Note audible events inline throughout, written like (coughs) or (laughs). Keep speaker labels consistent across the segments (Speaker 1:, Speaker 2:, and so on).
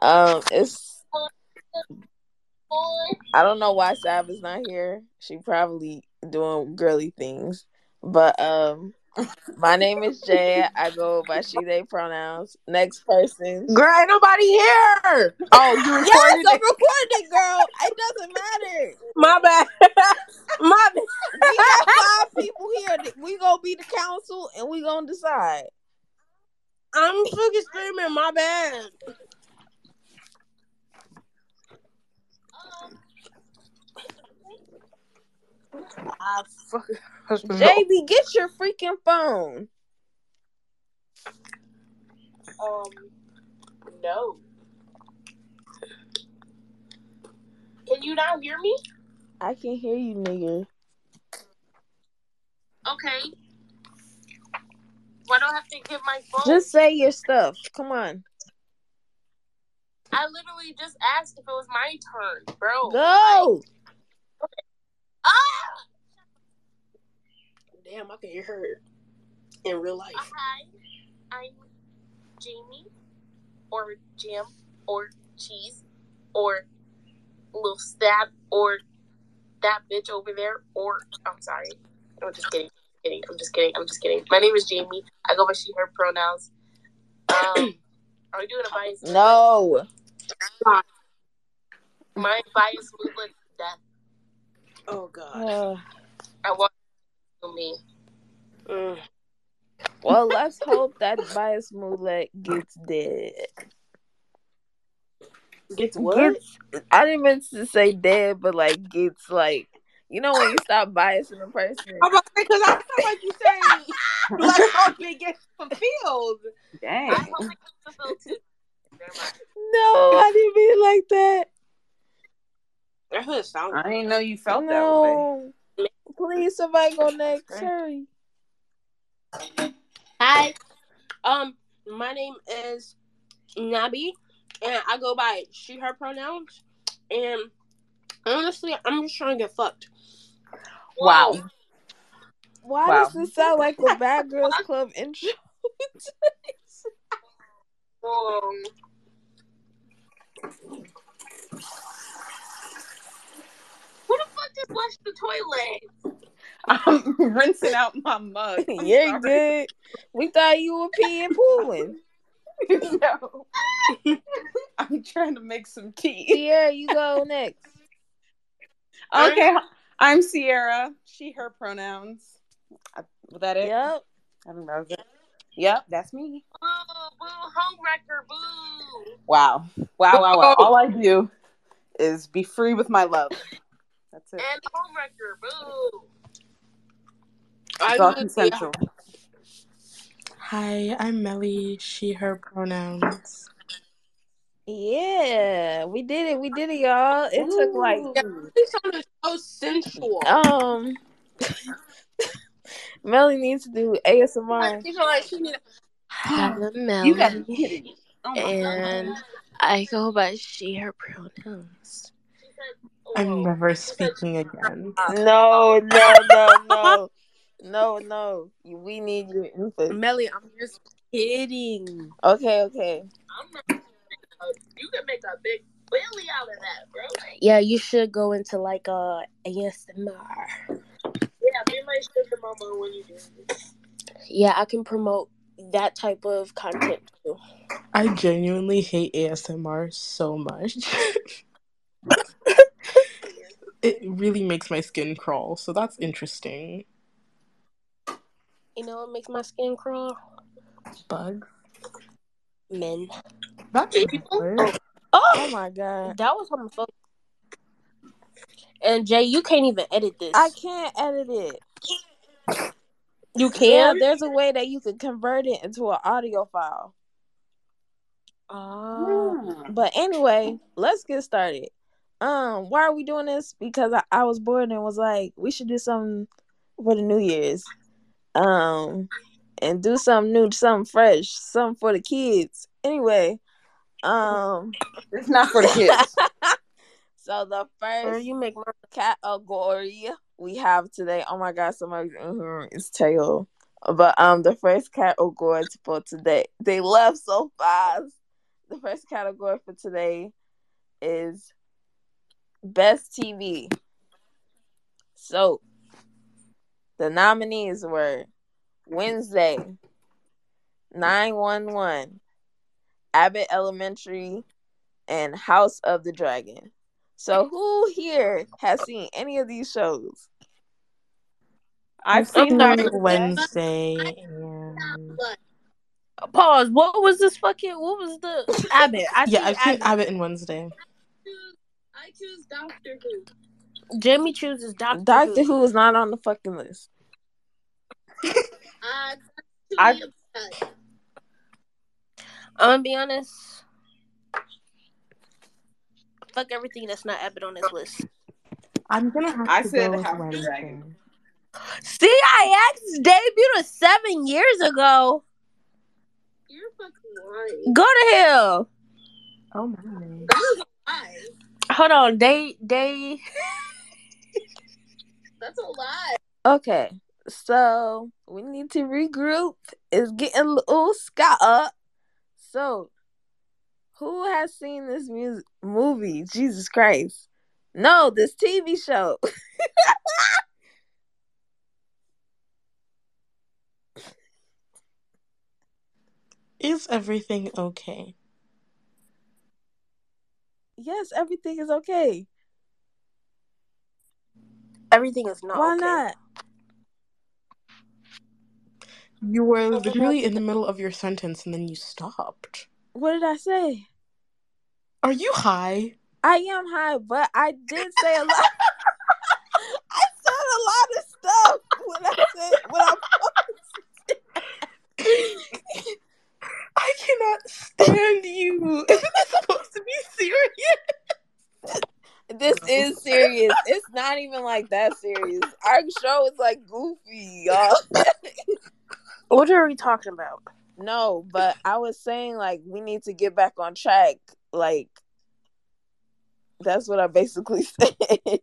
Speaker 1: Um, it's I don't know why Sav is not here. She probably doing girly things. But um, my name is Jay. I go by she they pronouns. Next person.
Speaker 2: Girl, ain't nobody here. Oh, you recorded
Speaker 1: Yes, I'm
Speaker 2: it.
Speaker 1: recording, girl. It doesn't matter.
Speaker 2: My bad. (laughs) My bad.
Speaker 1: We got five people here. We gonna be the council, and we gonna decide.
Speaker 2: I'm fucking screaming. My bad. I fucking. (laughs)
Speaker 1: JB, get your freaking phone.
Speaker 3: Um,
Speaker 2: um,
Speaker 3: no. Can you not hear me?
Speaker 1: I can hear you, nigga.
Speaker 3: Okay. Why do I have to give my phone?
Speaker 1: Just say your stuff. Come on,
Speaker 3: I literally just asked if it was my turn, bro.
Speaker 1: go.
Speaker 3: Ah!
Speaker 2: Damn, I can hear her in real life.
Speaker 3: Hi, I'm Jamie, or Jam, or Cheese, or Lil Stab, or that bitch over there, or I'm sorry, I'm just kidding, kidding, I'm just kidding, I'm just kidding. My name is Jamie. I go by she/her pronouns.
Speaker 1: (coughs)
Speaker 3: Um, are we doing a bias?
Speaker 1: (sighs) No,
Speaker 3: My bias movement is death.
Speaker 2: Oh God.
Speaker 1: Uh,
Speaker 3: I want to me.
Speaker 2: Mm.
Speaker 1: well, let's hope that bias Mulek gets dead.
Speaker 2: Gets
Speaker 1: Gets, I didn't mean to say dead, but like gets like you know when you stop biasing a person.
Speaker 2: I'm about to say because I feel like you
Speaker 4: (laughs)
Speaker 2: saying black coffee gets fulfilled.
Speaker 3: I
Speaker 4: Dang.
Speaker 3: hope I can fulfill too. Never mind.
Speaker 1: (laughs) No, I didn't mean it like that.
Speaker 2: That hood sound.
Speaker 4: I didn't know you felt that way.
Speaker 1: no, please, somebody go next.
Speaker 4: Great.
Speaker 1: Hurry.
Speaker 2: Hi. Um, my name is Nabi, and I go by she/her pronouns. And honestly, I'm just trying to get fucked.
Speaker 4: Wow.
Speaker 3: Um,
Speaker 1: Why
Speaker 4: Wow.
Speaker 1: does this sound like a bad girls club (laughs) intro?
Speaker 3: Um, who the fuck just flushed the toilet?
Speaker 4: I'm rinsing out my mug.
Speaker 2: (laughs)
Speaker 4: I'm
Speaker 1: You're
Speaker 4: sorry.
Speaker 1: good. We thought you were peeing
Speaker 4: (laughs)
Speaker 1: pooling.
Speaker 4: no. (laughs) I'm trying to make some tea.
Speaker 1: Sierra, you go next.
Speaker 4: Okay. I'm Sierra. She, her pronouns. I, was that it?
Speaker 1: Yep.
Speaker 4: I think that was it. Yep, that's me.
Speaker 3: Boo, Oh, boo, homewrecker, boo.
Speaker 4: Wow. Wow, wow, wow. All I do is be free with my love. That's it.
Speaker 3: And homewrecker, boo.
Speaker 4: It's all consensual.
Speaker 2: Hi, I'm Melly. She/her pronouns.
Speaker 1: Yeah, we did it. We did it, y'all. It took like
Speaker 2: This sound is so sensual.
Speaker 1: um (laughs) Melly needs to do ASMR.
Speaker 2: She sound like she need.
Speaker 5: Hello,
Speaker 4: You got
Speaker 5: Melly,
Speaker 4: kidding. Oh my
Speaker 5: and I go by she, her pronouns.
Speaker 3: She said,
Speaker 5: I'm
Speaker 3: whoa.
Speaker 5: never
Speaker 3: She said,
Speaker 5: speaking again.
Speaker 1: No, no, no, no. No, no. We need your input.
Speaker 5: Melly, I'm just kidding.
Speaker 1: Okay, okay.
Speaker 3: I'm not. You can make a big billy out of that, bro.
Speaker 5: Yeah, you should go into like a ASMR.
Speaker 3: Yeah, be my sugar mama when you do this.
Speaker 5: Yeah, I can promote that type of content too.
Speaker 6: I genuinely hate ASMR so much. (laughs) it really makes my skin crawl, so that's interesting.
Speaker 5: You know what makes my skin crawl?
Speaker 6: Bugs.
Speaker 5: Men.
Speaker 6: That's
Speaker 3: Gay people?
Speaker 6: weird.
Speaker 1: Oh
Speaker 5: Oh,
Speaker 1: my god.
Speaker 5: that was homophobic. And Jay, you can't even edit this.
Speaker 1: I can't edit it.
Speaker 5: you
Speaker 1: Yeah,
Speaker 5: can.
Speaker 1: there's a way that you can convert it into an audio file.
Speaker 5: Oh,
Speaker 7: Hmm.
Speaker 4: God.
Speaker 1: But anyway, let's get started. Um, why are we doing this? Because I, I was bored and was like, we should do something for the New Year's. Um, and do something new, something fresh, something for the kids. Anyway, um,
Speaker 4: (laughs) It's not for the
Speaker 7: (laughs)
Speaker 4: kids.
Speaker 1: so the
Speaker 5: girl,
Speaker 1: first
Speaker 5: you make my
Speaker 1: category we have today. Oh my god, somebody's mm it's tail. But um the first category for today. They left so fast. the first category for today is best TV. So the nominees were Wednesday, 911, Abbott Elementary, and House of the Dragon. So who here has seen any of these shows?
Speaker 7: I've seen
Speaker 6: sorry,
Speaker 7: Wednesday.
Speaker 6: Wednesday. And...
Speaker 8: Pause. What was this fucking? What was the Abbott? I
Speaker 6: Yeah,
Speaker 8: think
Speaker 6: I've seen Abbott and Wednesday.
Speaker 9: I choose Doctor Who.
Speaker 8: Jamie chooses Doctor,
Speaker 1: Doctor Who is not on the fucking list.
Speaker 9: I
Speaker 7: I-
Speaker 9: choose Tulia Peck.
Speaker 8: I'm gonna be honest. Fuck everything that's not Abbott on this list.
Speaker 6: I'm gonna have
Speaker 7: I
Speaker 6: to
Speaker 7: said
Speaker 6: go with
Speaker 7: House of
Speaker 6: Wednesday.
Speaker 7: Dragon.
Speaker 8: See, I asked debuted seven years ago.
Speaker 9: You're fucking lying.
Speaker 8: Go to hell.
Speaker 6: Oh my.
Speaker 9: That is a lie.
Speaker 8: Hold on. They they
Speaker 9: That's a lie.
Speaker 1: Okay, so we need to regroup. It's getting a little sky up. So, who has seen this music movie? Jesus Christ! No, this TV show. (laughs)
Speaker 6: Is everything okay?
Speaker 1: yes, everything is okay.
Speaker 8: everything is not.
Speaker 1: Why
Speaker 8: okay.
Speaker 1: not?
Speaker 6: You were literally in the middle of your sentence and then you stopped.
Speaker 1: What did I say?
Speaker 6: Are you
Speaker 7: (laughs)
Speaker 6: high?
Speaker 1: I am high, but I did say a lot. (laughs) I said a lot of stuff when I said when I
Speaker 6: I cannot stand you. (laughs) Isn't this supposed to be serious?
Speaker 1: This is serious. It's not even like that serious. Our show is like goofy, y'all.
Speaker 8: What are we talking about?
Speaker 1: No, but I was saying like we need to get back on track. Like that's what I basically (laughs) said.
Speaker 8: Okay,
Speaker 6: said-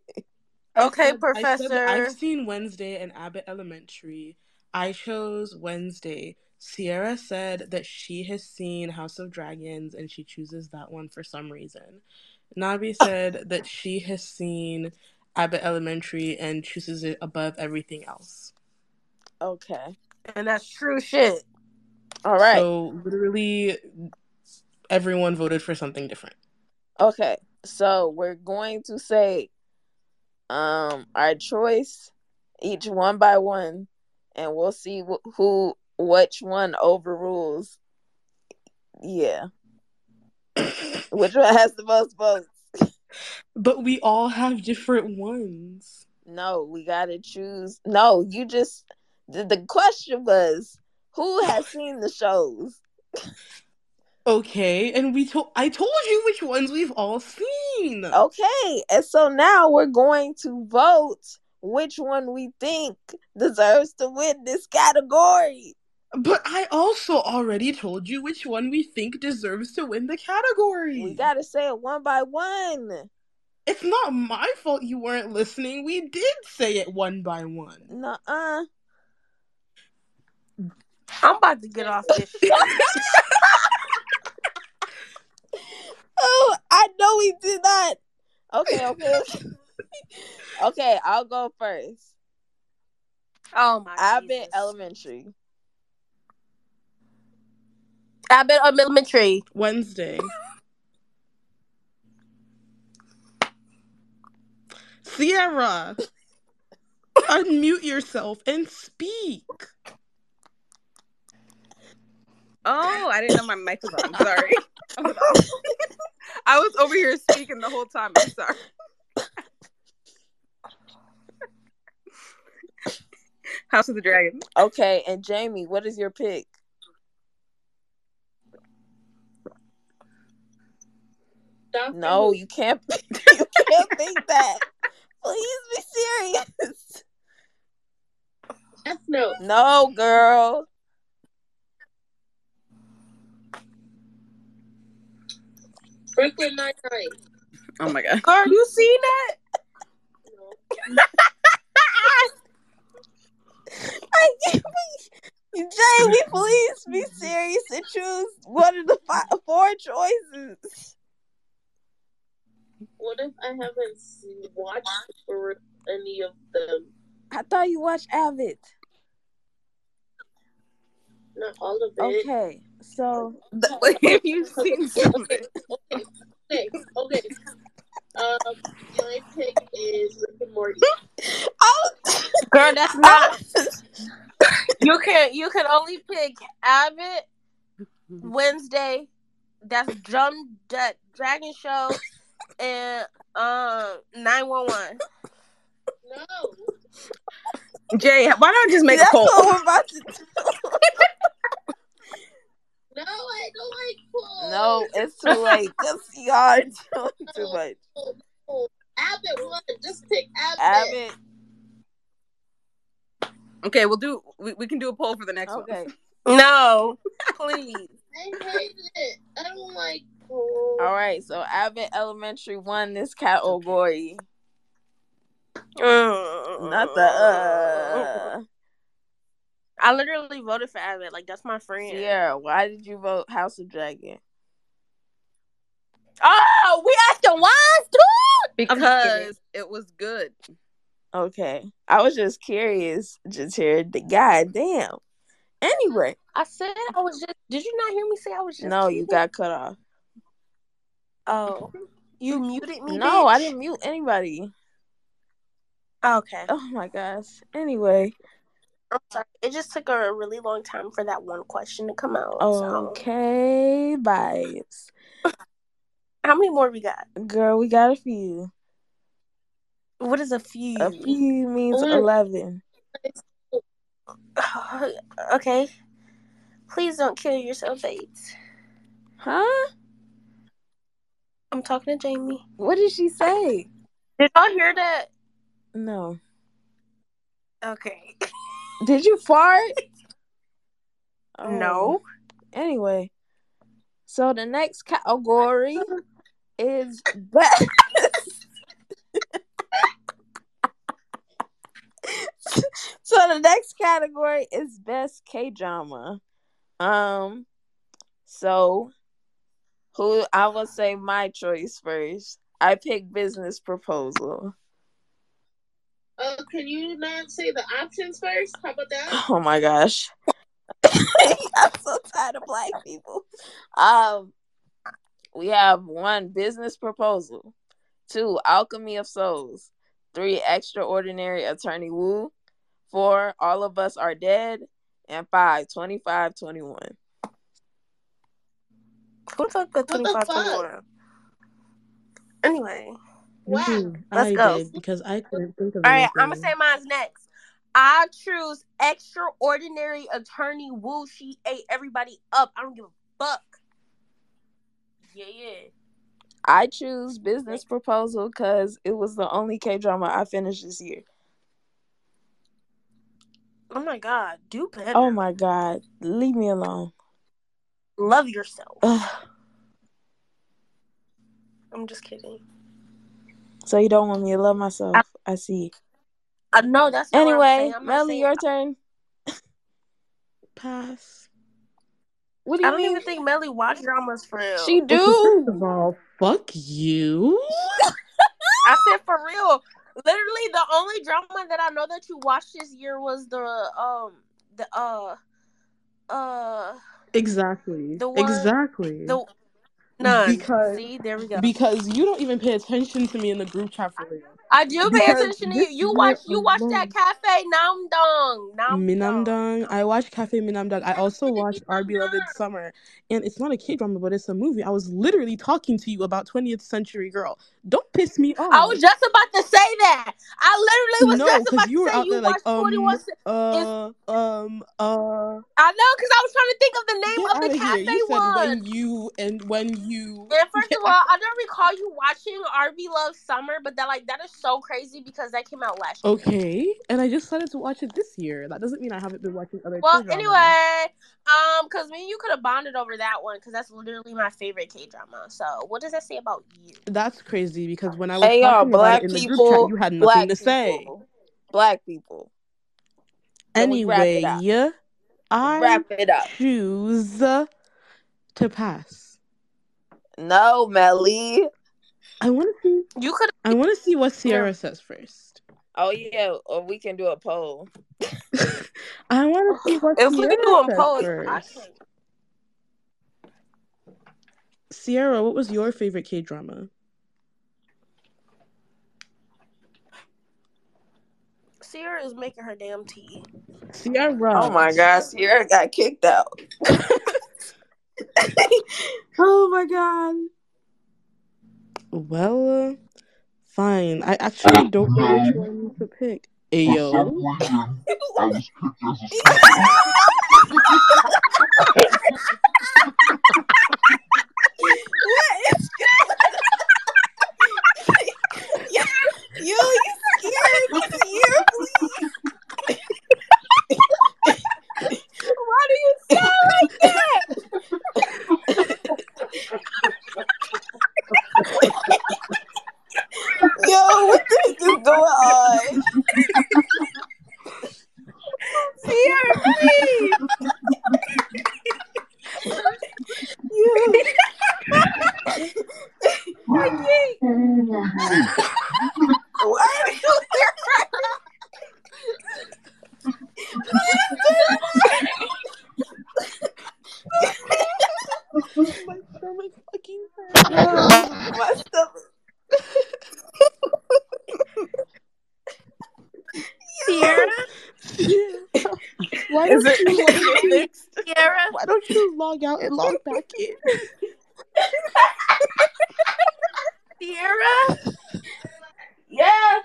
Speaker 6: I said that
Speaker 8: Professor.
Speaker 6: I've seen Wednesday and Abbott Elementary. I chose Wednesday. Sierra said that she has seen House of Dragons and she chooses that one for some reason.
Speaker 1: (laughs)
Speaker 6: Nabi said that she has seen Abbott Elementary and chooses it above everything else.
Speaker 1: okay.
Speaker 8: And that's true shit.
Speaker 1: All right.
Speaker 6: So literally everyone voted for something different.
Speaker 1: okay. So we're going to say um our choice each one by one and we'll see wh- who which one overrules. Yeah. (coughs) Which one has the most votes?
Speaker 6: But we all have different ones.
Speaker 1: No, we gotta choose. No, you just the, the question was who has seen the shows?
Speaker 6: Okay, and we told I told you which ones we've all seen.
Speaker 1: Oh, Okay, and so now we're going to vote which one we think deserves to win this category.
Speaker 6: But I also already told you which one we think deserves to win the category.
Speaker 1: We gotta say it one by one.
Speaker 6: it's not my fault you weren't listening. We did say it one by one.
Speaker 1: Nuh uh.
Speaker 8: I'm about to get off this shit.
Speaker 1: Oh, I know we did not. Okay, okay, okay. (laughs) okay, I'll go first.
Speaker 8: Oh my
Speaker 1: Abbott
Speaker 8: Jesus.
Speaker 1: Elementary.
Speaker 8: Abbott Elementary.
Speaker 6: Wednesday. (laughs)
Speaker 3: (laughs)
Speaker 6: Sierra, unmute yourself and speak.
Speaker 7: Oh, I didn't know my mic was on. Sorry. (laughs) Hold on. I was over here speaking the whole time. I'm sorry. (laughs) House of the Dragon.
Speaker 1: Okay, and Jamie, what is your pick?
Speaker 9: Doctor
Speaker 1: No,
Speaker 9: Who.
Speaker 1: you can't. (laughs) You can't think that. Please be serious.
Speaker 9: Death Note.
Speaker 1: No, girl.
Speaker 9: Brooklyn Nine Nine.
Speaker 7: Oh my god. (laughs)
Speaker 8: Girl, (laughs) you seen that?
Speaker 9: No.
Speaker 1: I can't. be- Jay, we please be serious and choose one of the five, four choices.
Speaker 9: What if I haven't seen- watched or any of them?
Speaker 1: I thought you watched Avid.
Speaker 9: Not all of it.
Speaker 1: Okay, so
Speaker 7: Like, if you've seen some
Speaker 9: Okay. Okay. Okay. Okay. Um, my pick is Rick and Morty.
Speaker 1: Oh,
Speaker 8: Girl, that's not.
Speaker 3: You can you can only pick Abbott Wednesday. That's Drum that Dragon Show and
Speaker 8: uh,
Speaker 3: um nine one one.
Speaker 9: No.
Speaker 7: Jay, why don't I just make
Speaker 1: that's
Speaker 7: a poll?
Speaker 1: what we're about to do.
Speaker 9: No, I don't like Paul.
Speaker 1: No, it's (laughs) too late because y'all are doing too much.
Speaker 9: Abbott won. Just pick
Speaker 3: (laughs)
Speaker 9: Abbott.
Speaker 1: Avid.
Speaker 7: Okay, we'll do. We, we can do a poll for the next
Speaker 1: Okay.
Speaker 3: No, please.
Speaker 9: I hate it. I don't like Paul.
Speaker 1: All right. So Avid Elementary won this category. Not the.
Speaker 3: Oh,
Speaker 1: Uh...
Speaker 3: I literally voted for Abbott. Like that's my friend.
Speaker 1: Sierra, why did you vote House of Dragon?
Speaker 3: Oh, we asked the wise too.
Speaker 7: one because it was good.
Speaker 1: Okay. I was just curious, just here. God damn. Anyway,
Speaker 3: I said I was just. Did you not hear me say I was just?
Speaker 1: no, you
Speaker 3: kidding?
Speaker 1: got cut off.
Speaker 3: Oh, you muted me.
Speaker 1: No, I
Speaker 3: bitch?
Speaker 1: didn't mute anybody.
Speaker 3: Okay,
Speaker 1: Oh my gosh. Anyway,
Speaker 3: I'm sorry. It just took a really long time for that one question to come out. so.
Speaker 1: Oh, okay, bias.
Speaker 3: How many more we got?
Speaker 1: Girl, we got a few.
Speaker 3: What is a few?
Speaker 1: A few means
Speaker 9: Mm.
Speaker 1: 11.
Speaker 3: (sighs) okay. Please don't kill yourself, Bates.
Speaker 1: Huh?
Speaker 3: I'm talking to Jamie.
Speaker 1: What did she say?
Speaker 3: Did y'all hear that?
Speaker 1: No.
Speaker 3: Okay. (laughs)
Speaker 1: Did you fart? Oh.
Speaker 3: No.
Speaker 1: Anyway, so the next category is best. (laughs) so the next category is best K drama. Um, so who I will say my choice first. I picked Business Proposal.
Speaker 9: Uh, can you not say the options first? How about
Speaker 1: (gasps)
Speaker 9: that?
Speaker 1: Oh my gosh. (laughs) I'm so tired of black people. Um, we have one business proposal, two alchemy of souls, three extraordinary attorney woo, four all of us are dead, and five 25 21.
Speaker 3: Who the fuck the
Speaker 9: the
Speaker 3: 25
Speaker 9: fuck?
Speaker 3: 21? Anyway.
Speaker 9: Wow.
Speaker 3: Let's
Speaker 6: Mm-hmm. I
Speaker 3: go.
Speaker 6: did because I couldn't think of
Speaker 3: All right,
Speaker 6: anything.
Speaker 3: I'm going to say mine's next. I choose extraordinary attorney Woo. She ate everybody up. I don't give a fuck. Yeah, yeah.
Speaker 1: I choose business proposal because it was the only K drama I finished this year.
Speaker 3: Oh my God. Do better.
Speaker 1: Oh my god, leave me alone.
Speaker 3: Love yourself.
Speaker 1: Ugh.
Speaker 3: I'm just kidding.
Speaker 1: So you don't want me to love myself. I see.
Speaker 3: Uh, no, that's not what I'm
Speaker 1: Anyway,
Speaker 3: saying. I'm not
Speaker 1: Melly,
Speaker 3: saying-
Speaker 1: your turn.
Speaker 6: Pass.
Speaker 1: What do
Speaker 3: I
Speaker 1: you
Speaker 3: don't
Speaker 1: mean?
Speaker 3: even think Melly watch dramas for real.
Speaker 1: She
Speaker 6: First
Speaker 1: do.
Speaker 6: of all, fuck you.
Speaker 3: I said for real. Literally, the only drama that I know that you watched this year was the um the uh uh
Speaker 6: Exactly.
Speaker 3: The one-
Speaker 6: Exactly.
Speaker 3: the none.
Speaker 6: Because-
Speaker 3: See, there we go.
Speaker 6: Because you don't even pay attention to me in the group chat for real.
Speaker 3: I do pay
Speaker 6: because
Speaker 3: attention to you.
Speaker 6: this
Speaker 3: You
Speaker 6: year
Speaker 3: watch you watch that
Speaker 6: alone-
Speaker 3: cafe Nam Dong Nam Dong.
Speaker 6: Minamdang. I watched Cafe Minamdang. I also watched Our Beloved Summer. And it's not a K drama, but it's a movie. I was literally talking to you about 20th Century Girl. Don't piss me off.
Speaker 3: I was just about to say that. I literally was
Speaker 6: no,
Speaker 3: just about
Speaker 6: because
Speaker 3: to
Speaker 6: you were
Speaker 3: say
Speaker 6: out
Speaker 3: you
Speaker 6: there like,
Speaker 3: watched Forty
Speaker 6: um,
Speaker 3: One.
Speaker 6: uh, um, uh.
Speaker 3: I know, cause I was trying to think of the name
Speaker 6: Get
Speaker 3: of
Speaker 6: out
Speaker 3: the
Speaker 6: of here.
Speaker 3: cafe
Speaker 6: You said
Speaker 3: one.
Speaker 6: when you and when you. (laughs)
Speaker 3: And first
Speaker 6: Get
Speaker 3: of all, I don't recall you watching RV Love Summer, but that like that is so crazy because that came out last year.
Speaker 6: Okay, and I just started to watch it this year. That doesn't mean I haven't been watching other.
Speaker 3: Well,
Speaker 6: K-dramas.
Speaker 3: anyway, um, because me and you could have bonded over that one because that's literally my favorite K drama. So, what does that say about you?
Speaker 6: That's crazy because when I was
Speaker 1: Hey y'all,
Speaker 6: talking about
Speaker 1: black
Speaker 6: it in the group chat,
Speaker 1: people,
Speaker 6: you had (laughs) nothing
Speaker 1: black
Speaker 6: to say.
Speaker 1: people, black people. Can we wrap it
Speaker 6: Anyway,
Speaker 1: up?
Speaker 6: yeah, I
Speaker 1: Wrap it up.
Speaker 6: choose to pass.
Speaker 1: No, Melly.
Speaker 6: I want to see.
Speaker 3: You could
Speaker 6: I want to see what Sierra says first. (laughs)
Speaker 1: Oh yeah, or we can do a poll.
Speaker 6: I want to see what
Speaker 3: if we
Speaker 6: Sierra
Speaker 3: could do a
Speaker 6: says
Speaker 3: poll. I
Speaker 6: first.
Speaker 3: could.
Speaker 6: Sierra, what was your favorite K drama?
Speaker 3: Sierra is making her damn tea.
Speaker 6: Sierra.
Speaker 1: Oh my gosh, Sierra got kicked out. (laughs) oh my god.
Speaker 6: Well, fine. I actually don't know which one to pick. Ayo.
Speaker 4: (laughs)
Speaker 1: What is you? You scared you? Why do you sound like that? Yo, what the heck is going on?
Speaker 8: Sierra, please.
Speaker 1: You. What?
Speaker 6: My stomach fucking hurts.
Speaker 1: My stomach.
Speaker 8: Sierra,
Speaker 6: Sierra, why
Speaker 7: Is
Speaker 6: don't
Speaker 7: it
Speaker 6: you
Speaker 7: is it fixed?
Speaker 8: Sierra.
Speaker 6: why don't you log out and (laughs) log back in?
Speaker 8: Sierra,
Speaker 3: Yeah,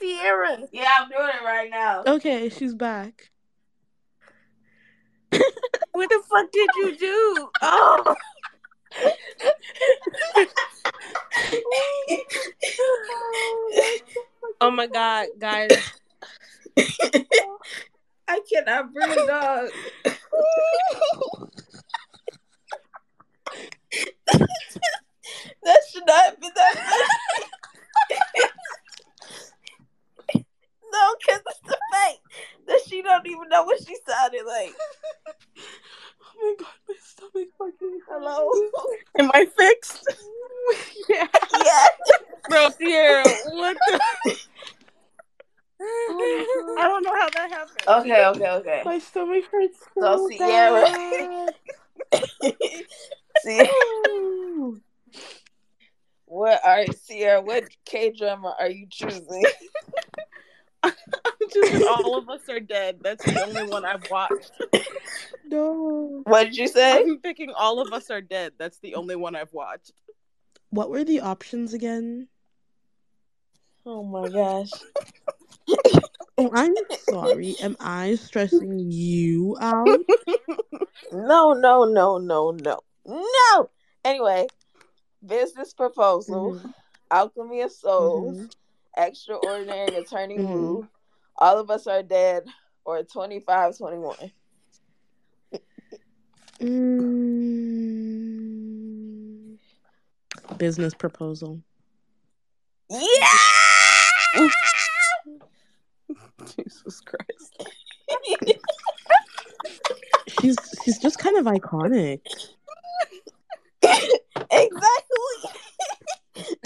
Speaker 8: Sierra.
Speaker 3: yeah, I'm doing it right (laughs) now.
Speaker 6: Okay, she's back.
Speaker 8: What the fuck did you do? Oh,
Speaker 3: Oh my god,
Speaker 7: (laughs)
Speaker 3: guys.
Speaker 1: I cannot breathe, dog. That should not be that. no, because it's the fact that she don't even know what she sounded like.
Speaker 6: Oh my god, my stomach fucking
Speaker 1: Hello?
Speaker 7: Am I fixed? yeah.
Speaker 1: yeah.
Speaker 7: Bro, Sierra, what the (laughs)
Speaker 6: Oh
Speaker 7: I don't know how that happened.
Speaker 1: Okay, okay, okay.
Speaker 6: My stomach hurts
Speaker 1: So,
Speaker 6: so
Speaker 1: Sierra- (laughs)
Speaker 6: bad.
Speaker 1: See, what are Sierra? What K drama are you
Speaker 7: (laughs)
Speaker 1: choosing?
Speaker 7: Just all of us are dead. That's the only one I've watched.
Speaker 6: no.
Speaker 1: What did you say?
Speaker 7: I'm picking all of us are dead. That's the only one I've watched. (laughs)
Speaker 6: What were the options again?
Speaker 1: Oh my gosh.
Speaker 6: Oh, I'm sorry. Am I stressing you out?
Speaker 1: No, no, no, no, no, no. Anyway, business proposal,
Speaker 6: Mhm,
Speaker 1: alchemy of souls,
Speaker 6: mhm.
Speaker 1: Mm-hmm. extraordinary attorney
Speaker 6: Mhm.
Speaker 1: Wu, all of us are dead, or 2521.
Speaker 6: Mm. Business proposal.
Speaker 1: Yeah.
Speaker 7: Jesus Christ.
Speaker 6: She's she's just kind of iconic.
Speaker 1: (laughs) exactly.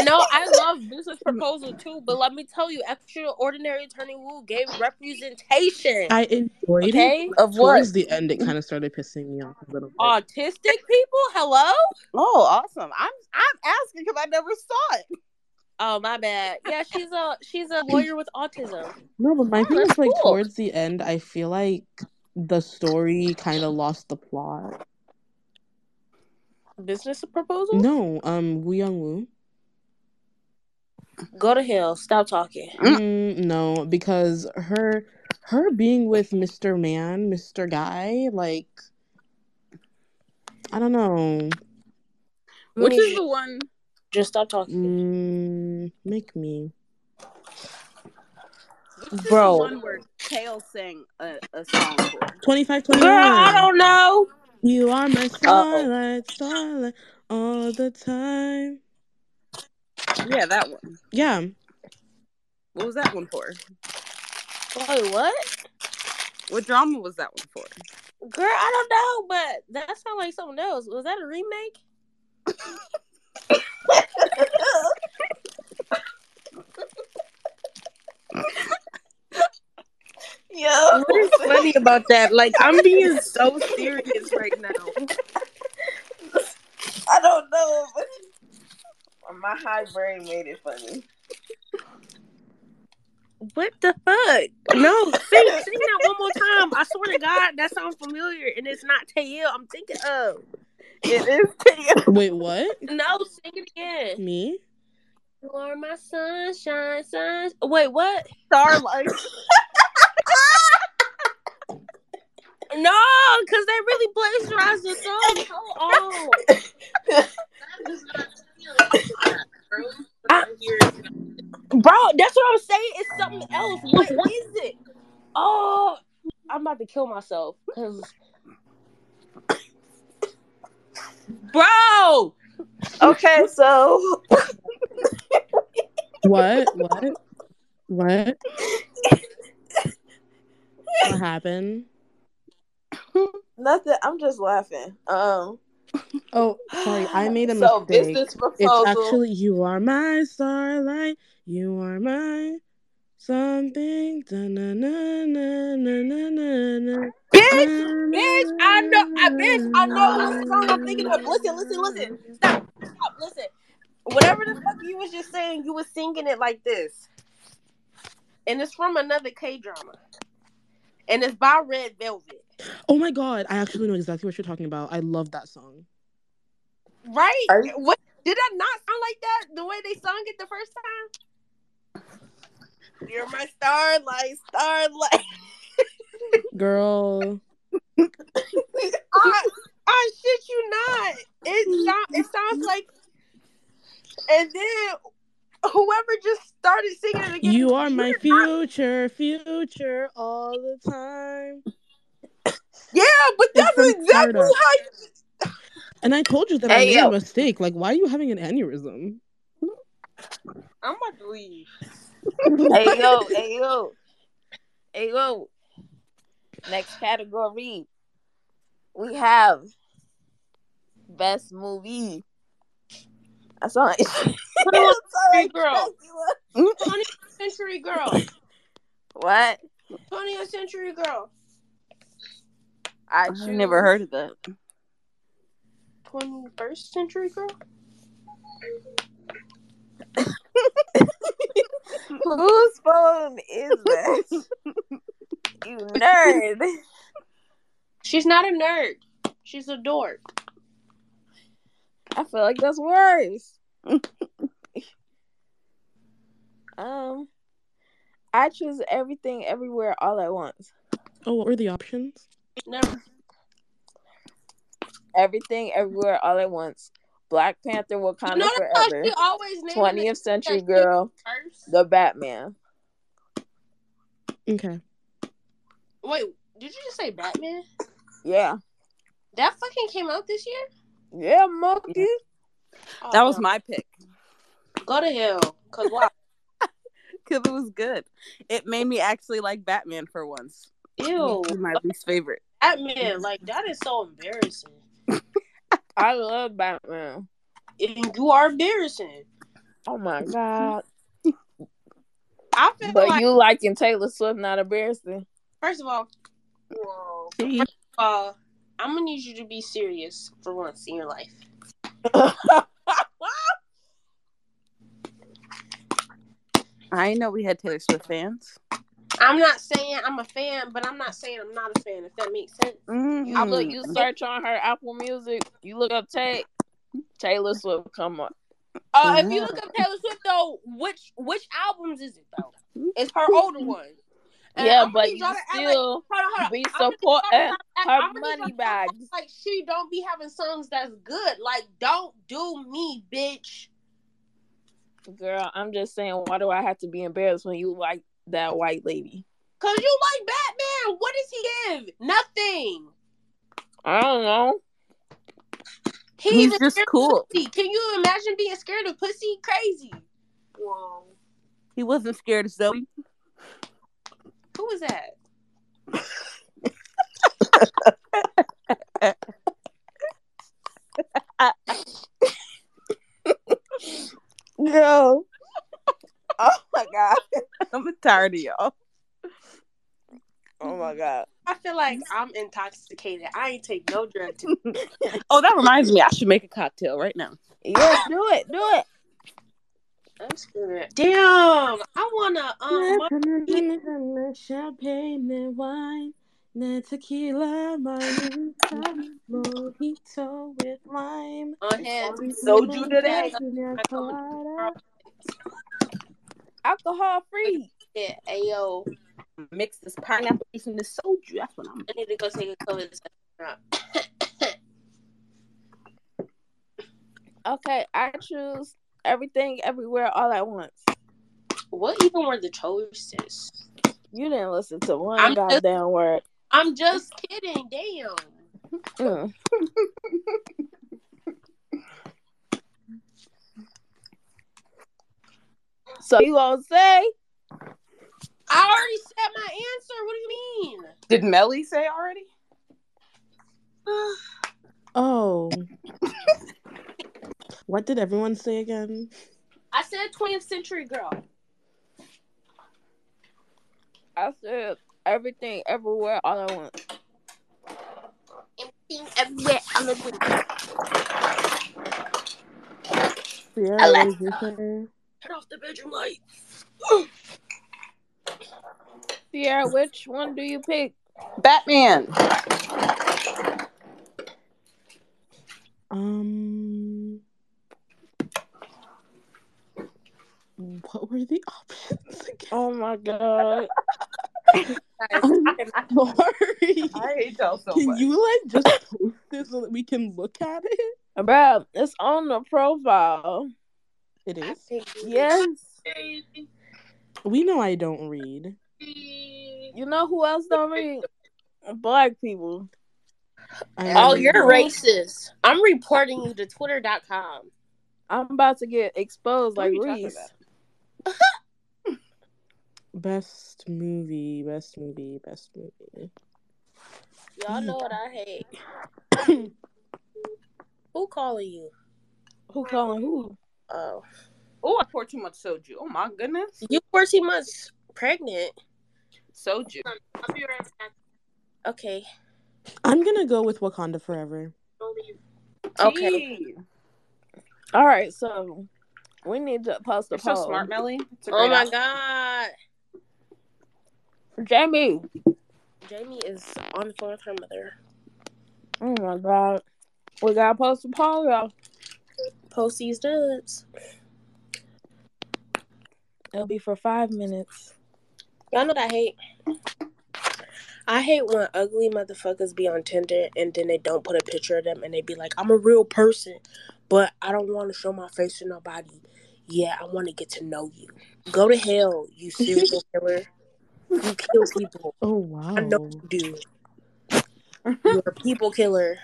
Speaker 3: No, I love business proposal too, but let me tell you, extraordinary attorney Wu gave representation.
Speaker 6: I enjoyed it.
Speaker 3: Okay,
Speaker 1: Of what?
Speaker 6: Towards the end, it kind of started pissing me off a little bit.
Speaker 3: autistic people. Hello.
Speaker 7: Oh, awesome. I'm I'm asking because I never saw it.
Speaker 3: Oh my bad. Yeah, she's a she's a lawyer with autism.
Speaker 6: No, but my
Speaker 3: Oh,
Speaker 6: thing
Speaker 3: that's
Speaker 6: is like
Speaker 3: cool.
Speaker 6: towards the end, I feel like the story kind of lost the plot.
Speaker 3: Business proposal.
Speaker 6: No, um, Woo Young Woo.
Speaker 3: Go to hell. Stop talking.
Speaker 6: Mm, no, because her her being with Mister Man, Mister Guy, like I don't know,
Speaker 3: We
Speaker 7: Which
Speaker 3: need
Speaker 7: is
Speaker 3: you
Speaker 7: the one
Speaker 3: just stop talking,
Speaker 6: mm, make me.
Speaker 7: which is the
Speaker 3: bro.
Speaker 7: one where Tail sang a, a song for?
Speaker 6: Twenty-five,
Speaker 3: Girl, I
Speaker 6: twenty-one.
Speaker 3: don't know.
Speaker 6: You are my
Speaker 1: Uh-oh.
Speaker 6: starlight, starlight, all the time.
Speaker 7: Yeah, that one.
Speaker 6: Yeah,
Speaker 7: What was that one for?
Speaker 3: Wait, what?
Speaker 7: What drama was that one for?
Speaker 3: Girl, I don't know, but that sounds like something else. Was that a remake?
Speaker 1: Yo,
Speaker 7: What is funny about that? Like I'm being
Speaker 3: (laughs)
Speaker 7: so serious right now.
Speaker 1: I don't know. (laughs) but My high brain made it funny.
Speaker 3: What the fuck? (laughs) No, sing, sing that one more time. I swear to God, that sounds familiar, and it's not Tail. I'm thinking of.
Speaker 1: It is Taylor.
Speaker 6: Wait, what?
Speaker 3: No, sing it again.
Speaker 6: Me?
Speaker 3: You are my sunshine, sunshine. Wait, what?
Speaker 7: Starlight.
Speaker 3: No, because they really blazerized the song so on.
Speaker 9: That is not Taylor. Girl,
Speaker 3: (laughs) I-
Speaker 9: You're-
Speaker 3: Bro, that's what I'm saying. It's something else. What is it? Oh, I'm about to kill myself because. Bro,
Speaker 1: Okay, so
Speaker 6: What? What? What? What happened?
Speaker 1: nothing. I'm just laughing. Um,
Speaker 6: Oh, sorry, I made a
Speaker 1: so
Speaker 6: mistake.
Speaker 1: business
Speaker 6: It's
Speaker 1: proposal.
Speaker 6: actually you are my starlight, you are my something. Da, na, na, na, na, na, na, na.
Speaker 3: bitch, bitch, I know, I bitch, I know what song I'm thinking of. Listen, listen, listen. Stop, stop, listen. Whatever the fuck you was just saying, you was singing it like this, and it's from another K drama, and it's by Red Velvet,
Speaker 6: Oh my god, I actually know exactly what you're talking about. I love that song.
Speaker 3: right?
Speaker 1: Are you-
Speaker 3: What did I not sound like that? The way they sung it the first time. You're my starlight, starlight.
Speaker 6: Girl.
Speaker 3: I, I shit you not. It sound, it sounds like, and then. Whoever just started singing it again.
Speaker 6: You are my future, future all the time.
Speaker 3: Yeah, but
Speaker 6: It's
Speaker 3: that's
Speaker 6: from
Speaker 3: exactly
Speaker 6: Startup.
Speaker 3: how you
Speaker 6: And I told you that I
Speaker 1: Hey,
Speaker 6: made
Speaker 1: yo.
Speaker 6: a mistake. Like, why are you having an aneurysm?
Speaker 3: I'm about to leave.
Speaker 1: hey
Speaker 7: (laughs)
Speaker 1: yo, hey yo, hey yo. Next category, we have best movie. I saw it. (laughs)
Speaker 3: on,
Speaker 1: Sorry,
Speaker 3: girl.
Speaker 1: Dracula.
Speaker 3: 20th century girl.
Speaker 1: What?
Speaker 3: 20th century girl.
Speaker 1: I
Speaker 7: I've
Speaker 1: choose
Speaker 7: never heard of that.
Speaker 3: 21st century girl?
Speaker 1: (laughs) whose phone is
Speaker 7: (laughs)
Speaker 1: this? you nerd.
Speaker 3: She's not a nerd. She's a dork.
Speaker 1: I feel like that's
Speaker 7: (laughs)
Speaker 1: worse. um, I choose everything, everywhere, all at once.
Speaker 6: Oh, what were the options?
Speaker 3: Never.
Speaker 1: Everything, everywhere, all at once. Black Panther,
Speaker 3: You
Speaker 1: Wakanda
Speaker 3: know that's how
Speaker 1: Forever.
Speaker 3: she always named it
Speaker 1: 20th Century Girl,
Speaker 3: first.
Speaker 1: The Batman.
Speaker 6: Okay.
Speaker 3: Wait, did you just say Batman?
Speaker 1: Yeah.
Speaker 3: That fucking came out this year?
Speaker 1: Yeah, monkey.
Speaker 7: Yeah.
Speaker 3: Oh,
Speaker 7: That was
Speaker 4: Uh,
Speaker 3: no.
Speaker 7: my pick
Speaker 3: Go to hell. Cause why?
Speaker 7: because it was good. It made me actually like Batman for once.
Speaker 3: Ew.
Speaker 7: My least favorite.
Speaker 3: Batman, like that is so embarrassing.
Speaker 1: I love Batman.
Speaker 3: And you are embarrassing.
Speaker 1: Oh my god.
Speaker 3: I feel
Speaker 1: But
Speaker 3: like
Speaker 1: you liking Taylor Swift not embarrassing.
Speaker 3: first of all,
Speaker 9: Whoa.
Speaker 7: She-
Speaker 3: uh, I'm gonna need you to be serious for once in your life.
Speaker 7: I didn't know we had Taylor Swift fans.
Speaker 3: I'm not saying I'm a fan, but I'm not saying I'm not a fan. If that makes sense.
Speaker 4: Mm-hmm.
Speaker 1: you look you
Speaker 7: Mm.
Speaker 1: search on her Apple Music, you look up Tay, Taylor Swift come up.
Speaker 3: Uh, if you
Speaker 7: Wow.
Speaker 3: look up Taylor Swift though, which which albums is it though?
Speaker 7: Mm-hmm.
Speaker 3: It's her older one. And
Speaker 1: Yeah,
Speaker 3: I'm gonna
Speaker 1: but
Speaker 3: need
Speaker 1: you
Speaker 3: y'all to act like,
Speaker 1: still
Speaker 3: hold on, hold on.
Speaker 1: be
Speaker 3: I'm gonna need y'all
Speaker 1: support
Speaker 3: to
Speaker 1: uh,
Speaker 3: stop act-
Speaker 1: her
Speaker 3: I'm gonna need y'all
Speaker 1: money
Speaker 3: to stop
Speaker 1: bags.
Speaker 3: acting like she don't be having songs that's good. Like, don't do me, bitch.
Speaker 1: Girl, I'm just saying, why do I have to be embarrassed when you like that white lady?
Speaker 3: Cause you like Batman. What does he give? Nothing.
Speaker 1: I don't know.
Speaker 3: He's,
Speaker 7: He's just cool.
Speaker 3: pussy. Can you imagine being scared of pussy? Crazy.
Speaker 9: Whoa.
Speaker 7: (laughs) He wasn't scared of Zoe.
Speaker 3: Who is that?
Speaker 1: Girl,
Speaker 4: Oh my god, I'm tired of y'all.
Speaker 1: oh my god.
Speaker 9: I feel like I'm intoxicated. I ain't take no drug to
Speaker 4: Oh, that reminds me, I should make a cocktail right now.
Speaker 1: Yeah, do it, do it.
Speaker 9: I'm screwed. Damn. I wanna um mar-
Speaker 6: Champagne and wine, and tequila, margarita, mojito with lime.
Speaker 9: on hand.
Speaker 4: Soju today.
Speaker 6: Pina
Speaker 9: I told
Speaker 6: colada.
Speaker 1: Alcohol free.
Speaker 9: Yeah, ayo.
Speaker 4: Mix this pineapple juice and this soju. That's what I'm.
Speaker 9: I need to go take a COVID test.
Speaker 1: Okay, I choose everything, everywhere, all at once.
Speaker 9: What even were the choices?
Speaker 1: You didn't listen to one
Speaker 9: I'm just-
Speaker 1: goddamn word.
Speaker 9: I'm just kidding. Damn.
Speaker 1: Mm. so you gonna say?
Speaker 9: I already said my answer. What do you mean?
Speaker 4: Did Melly say already?
Speaker 6: Oh. what did everyone say again?
Speaker 9: I said 20th century girl.
Speaker 1: I said everything, everywhere, all at once.
Speaker 3: Everything everywhere. I'm a good
Speaker 6: Sierra, what did you say?
Speaker 9: Turn off the bedroom light.
Speaker 1: Sierra, which one do you pick? Oh
Speaker 4: Batman.
Speaker 6: Um. What were the options (laughs) again?
Speaker 1: Oh my god.
Speaker 9: Guys, I
Speaker 6: I'm
Speaker 9: am not
Speaker 6: sorry.
Speaker 4: I hate y'all so
Speaker 6: Can
Speaker 4: much.
Speaker 6: you
Speaker 4: (laughs)
Speaker 6: like just post this so that we can look at it?
Speaker 1: Bruh, it's on the profile.
Speaker 6: It is.
Speaker 9: taking
Speaker 1: Yes.
Speaker 3: baby.
Speaker 6: We know I don't read.
Speaker 1: You know who else don't read? Black people.
Speaker 6: I
Speaker 9: this.
Speaker 6: mean,
Speaker 9: Oh, you're racist. I'm reporting you to twitter.com.
Speaker 1: I'm about to get exposed
Speaker 4: What are
Speaker 1: like
Speaker 4: you talking
Speaker 1: Reese.
Speaker 4: about?
Speaker 6: Best movie, best movie, best movie.
Speaker 9: Y'all know what I hate.
Speaker 8: (coughs)
Speaker 9: Who calling you?
Speaker 1: Who calling who?
Speaker 9: Oh.
Speaker 4: Oh, I poured too much soju. Oh my goodness,
Speaker 9: You 14 months pregnant.
Speaker 4: soju.
Speaker 3: I'll be right back.
Speaker 9: Okay.
Speaker 6: I'm gonna go with Wakanda Forever.
Speaker 3: Don't leave.
Speaker 9: Okay.
Speaker 4: Tea.
Speaker 1: All right, so we need to post a
Speaker 4: You're
Speaker 1: poll.
Speaker 4: so smart, Melly. It's a
Speaker 9: Oh
Speaker 4: great
Speaker 9: my
Speaker 4: outfit.
Speaker 9: god.
Speaker 1: Jamie.
Speaker 9: Jamie is on the phone with her mother.
Speaker 1: Oh my god. We gotta post a poll y'all.
Speaker 9: Post these duds.
Speaker 1: It'll be for five minutes.
Speaker 9: Y'all know what I hate? I hate when ugly motherfuckers be on Tinder and then they don't put a picture of them and they be like, I'm a real person, but I don't want to show my face to nobody. Yeah, I want to get to know you. Go to hell,
Speaker 1: (laughs)
Speaker 9: you serial killer. You kill people.
Speaker 6: Oh
Speaker 9: I know
Speaker 6: wow.
Speaker 9: you do.
Speaker 1: (laughs)
Speaker 9: You're a people killer.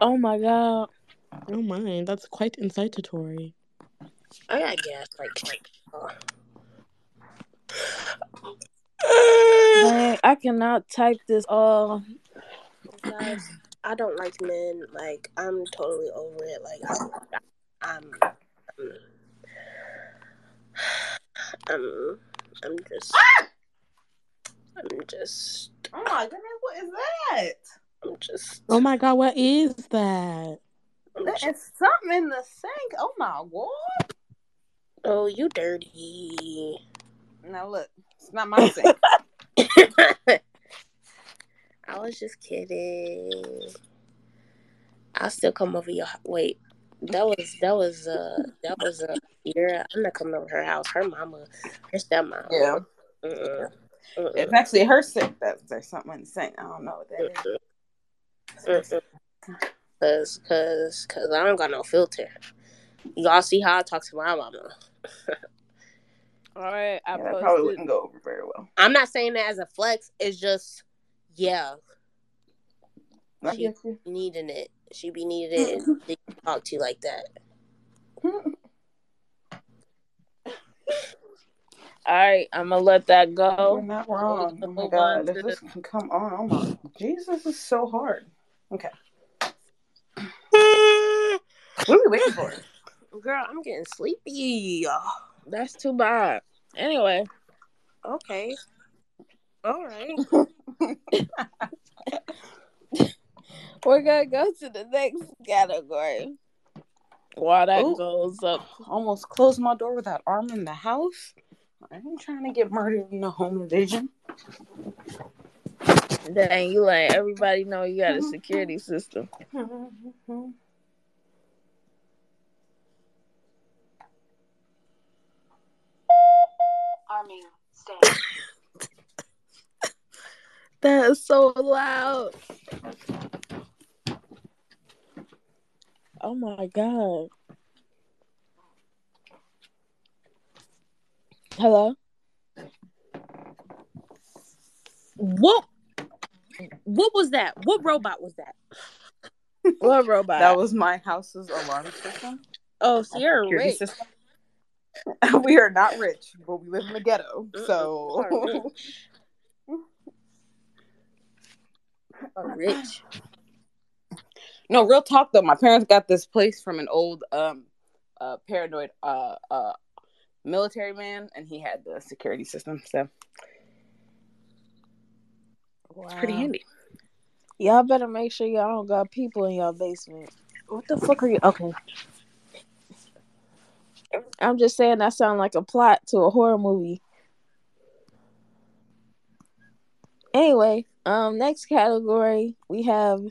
Speaker 1: Oh my god.
Speaker 6: Oh my, that's quite incitatory.
Speaker 9: I got gas like uh, shit.
Speaker 1: Dang, I cannot type this all.
Speaker 9: Guys, I don't like men. Like I'm totally over it. Like I'm, I'm, I'm, I'm, I'm just, I'm just,
Speaker 4: Oh my goodness, what is that?
Speaker 9: I'm just,
Speaker 6: Oh my god, what is that?
Speaker 9: I'm
Speaker 4: That
Speaker 9: just.
Speaker 4: is something in the sink. Oh my god.
Speaker 9: Oh, you dirty. (laughs)
Speaker 4: Now look, it's not my sink.
Speaker 9: I was just kidding. I'll still come over your hou- wait. That was that was uh that was uh Yura. I'm not coming over her house. Her mama, her stepmom.
Speaker 4: (laughs) yeah,
Speaker 9: Mm-mm.
Speaker 4: it's
Speaker 9: Mm-mm.
Speaker 4: actually her sink. That there's something in the sink. I don't know what that is.
Speaker 9: Mm-mm. Cause, cause, cause I don't got no filter. Y'all see how I talk to my mama.
Speaker 1: All right, I
Speaker 4: Yeah, that probably
Speaker 1: posted.
Speaker 4: wouldn't go over very well.
Speaker 9: I'm not saying that as a flex. It's just, yeah,
Speaker 4: I
Speaker 9: she
Speaker 4: get you.
Speaker 9: needing it. She be
Speaker 6: (laughs)
Speaker 9: needing it. And they talk to you like that.
Speaker 1: All right, I'm gonna let that
Speaker 4: You're
Speaker 1: go.
Speaker 4: not wrong. Oh my
Speaker 1: Move on
Speaker 4: god, if
Speaker 1: to-
Speaker 4: this can come on, oh my Jesus is so hard. Okay, what are we waiting for?
Speaker 3: Girl, I'm getting sleepy.
Speaker 1: That's too bad. Anyway,
Speaker 3: Okay. All right.
Speaker 1: (laughs) we're gonna go to the next category. While that
Speaker 4: Ooh.
Speaker 1: goes up,
Speaker 4: Almost closed my door without arm in the house. I ain't trying to get murdered in the home invasion.
Speaker 1: dang, you let everybody know you got a security system.
Speaker 9: Army, stay.
Speaker 1: That is so loud. Oh my god. Hello?
Speaker 3: What? What was that? What robot was that?
Speaker 1: What robot?
Speaker 4: That was my house's alarm system.
Speaker 3: Oh, Sierra
Speaker 4: Security
Speaker 3: Rich.
Speaker 4: system. (laughs) we are not rich, but we live in the ghetto.
Speaker 3: Mm-mm,
Speaker 4: So
Speaker 3: Oh, Rich.
Speaker 4: No, real talk though. My parents got this place from an old um uh paranoid uh uh military man and he had the security system, so it's pretty
Speaker 1: Wow.
Speaker 4: handy.
Speaker 1: Y'all better make sure y'all don't got people in your basement.
Speaker 3: What the fuck are you? Okay.
Speaker 1: I'm just saying that sounds like a plot to a horror movie. Anyway, um, next category we have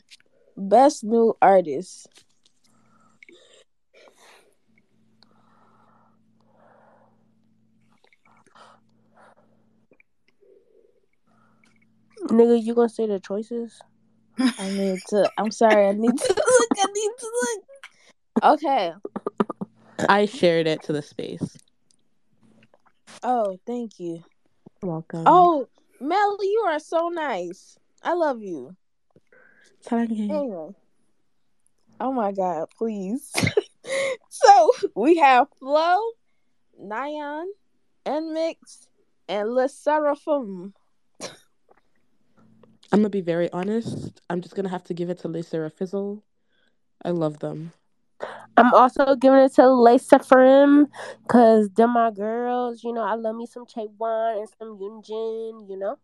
Speaker 1: best new artist.
Speaker 8: Nigga, you gonna say the choices?
Speaker 1: I need to. I'm sorry. I need to (laughs) look. I need to look. Okay.
Speaker 6: I shared it to the space.
Speaker 1: Oh, thank you.
Speaker 6: Welcome.
Speaker 1: Oh, Mel, you are so nice. I love you.
Speaker 6: Sarangi.
Speaker 1: Anyway. Oh my God, please. (laughs) so we have Flo, Nyan, Nmix, and La Seraphim.
Speaker 6: I'm gonna be very honest. I'm just gonna have to give it to Lisa Fizzle. I love them.
Speaker 8: I'm also giving it to Laysa Frim because they're my girls. You know, I love me some Chaewon and some Yoonjin, you know?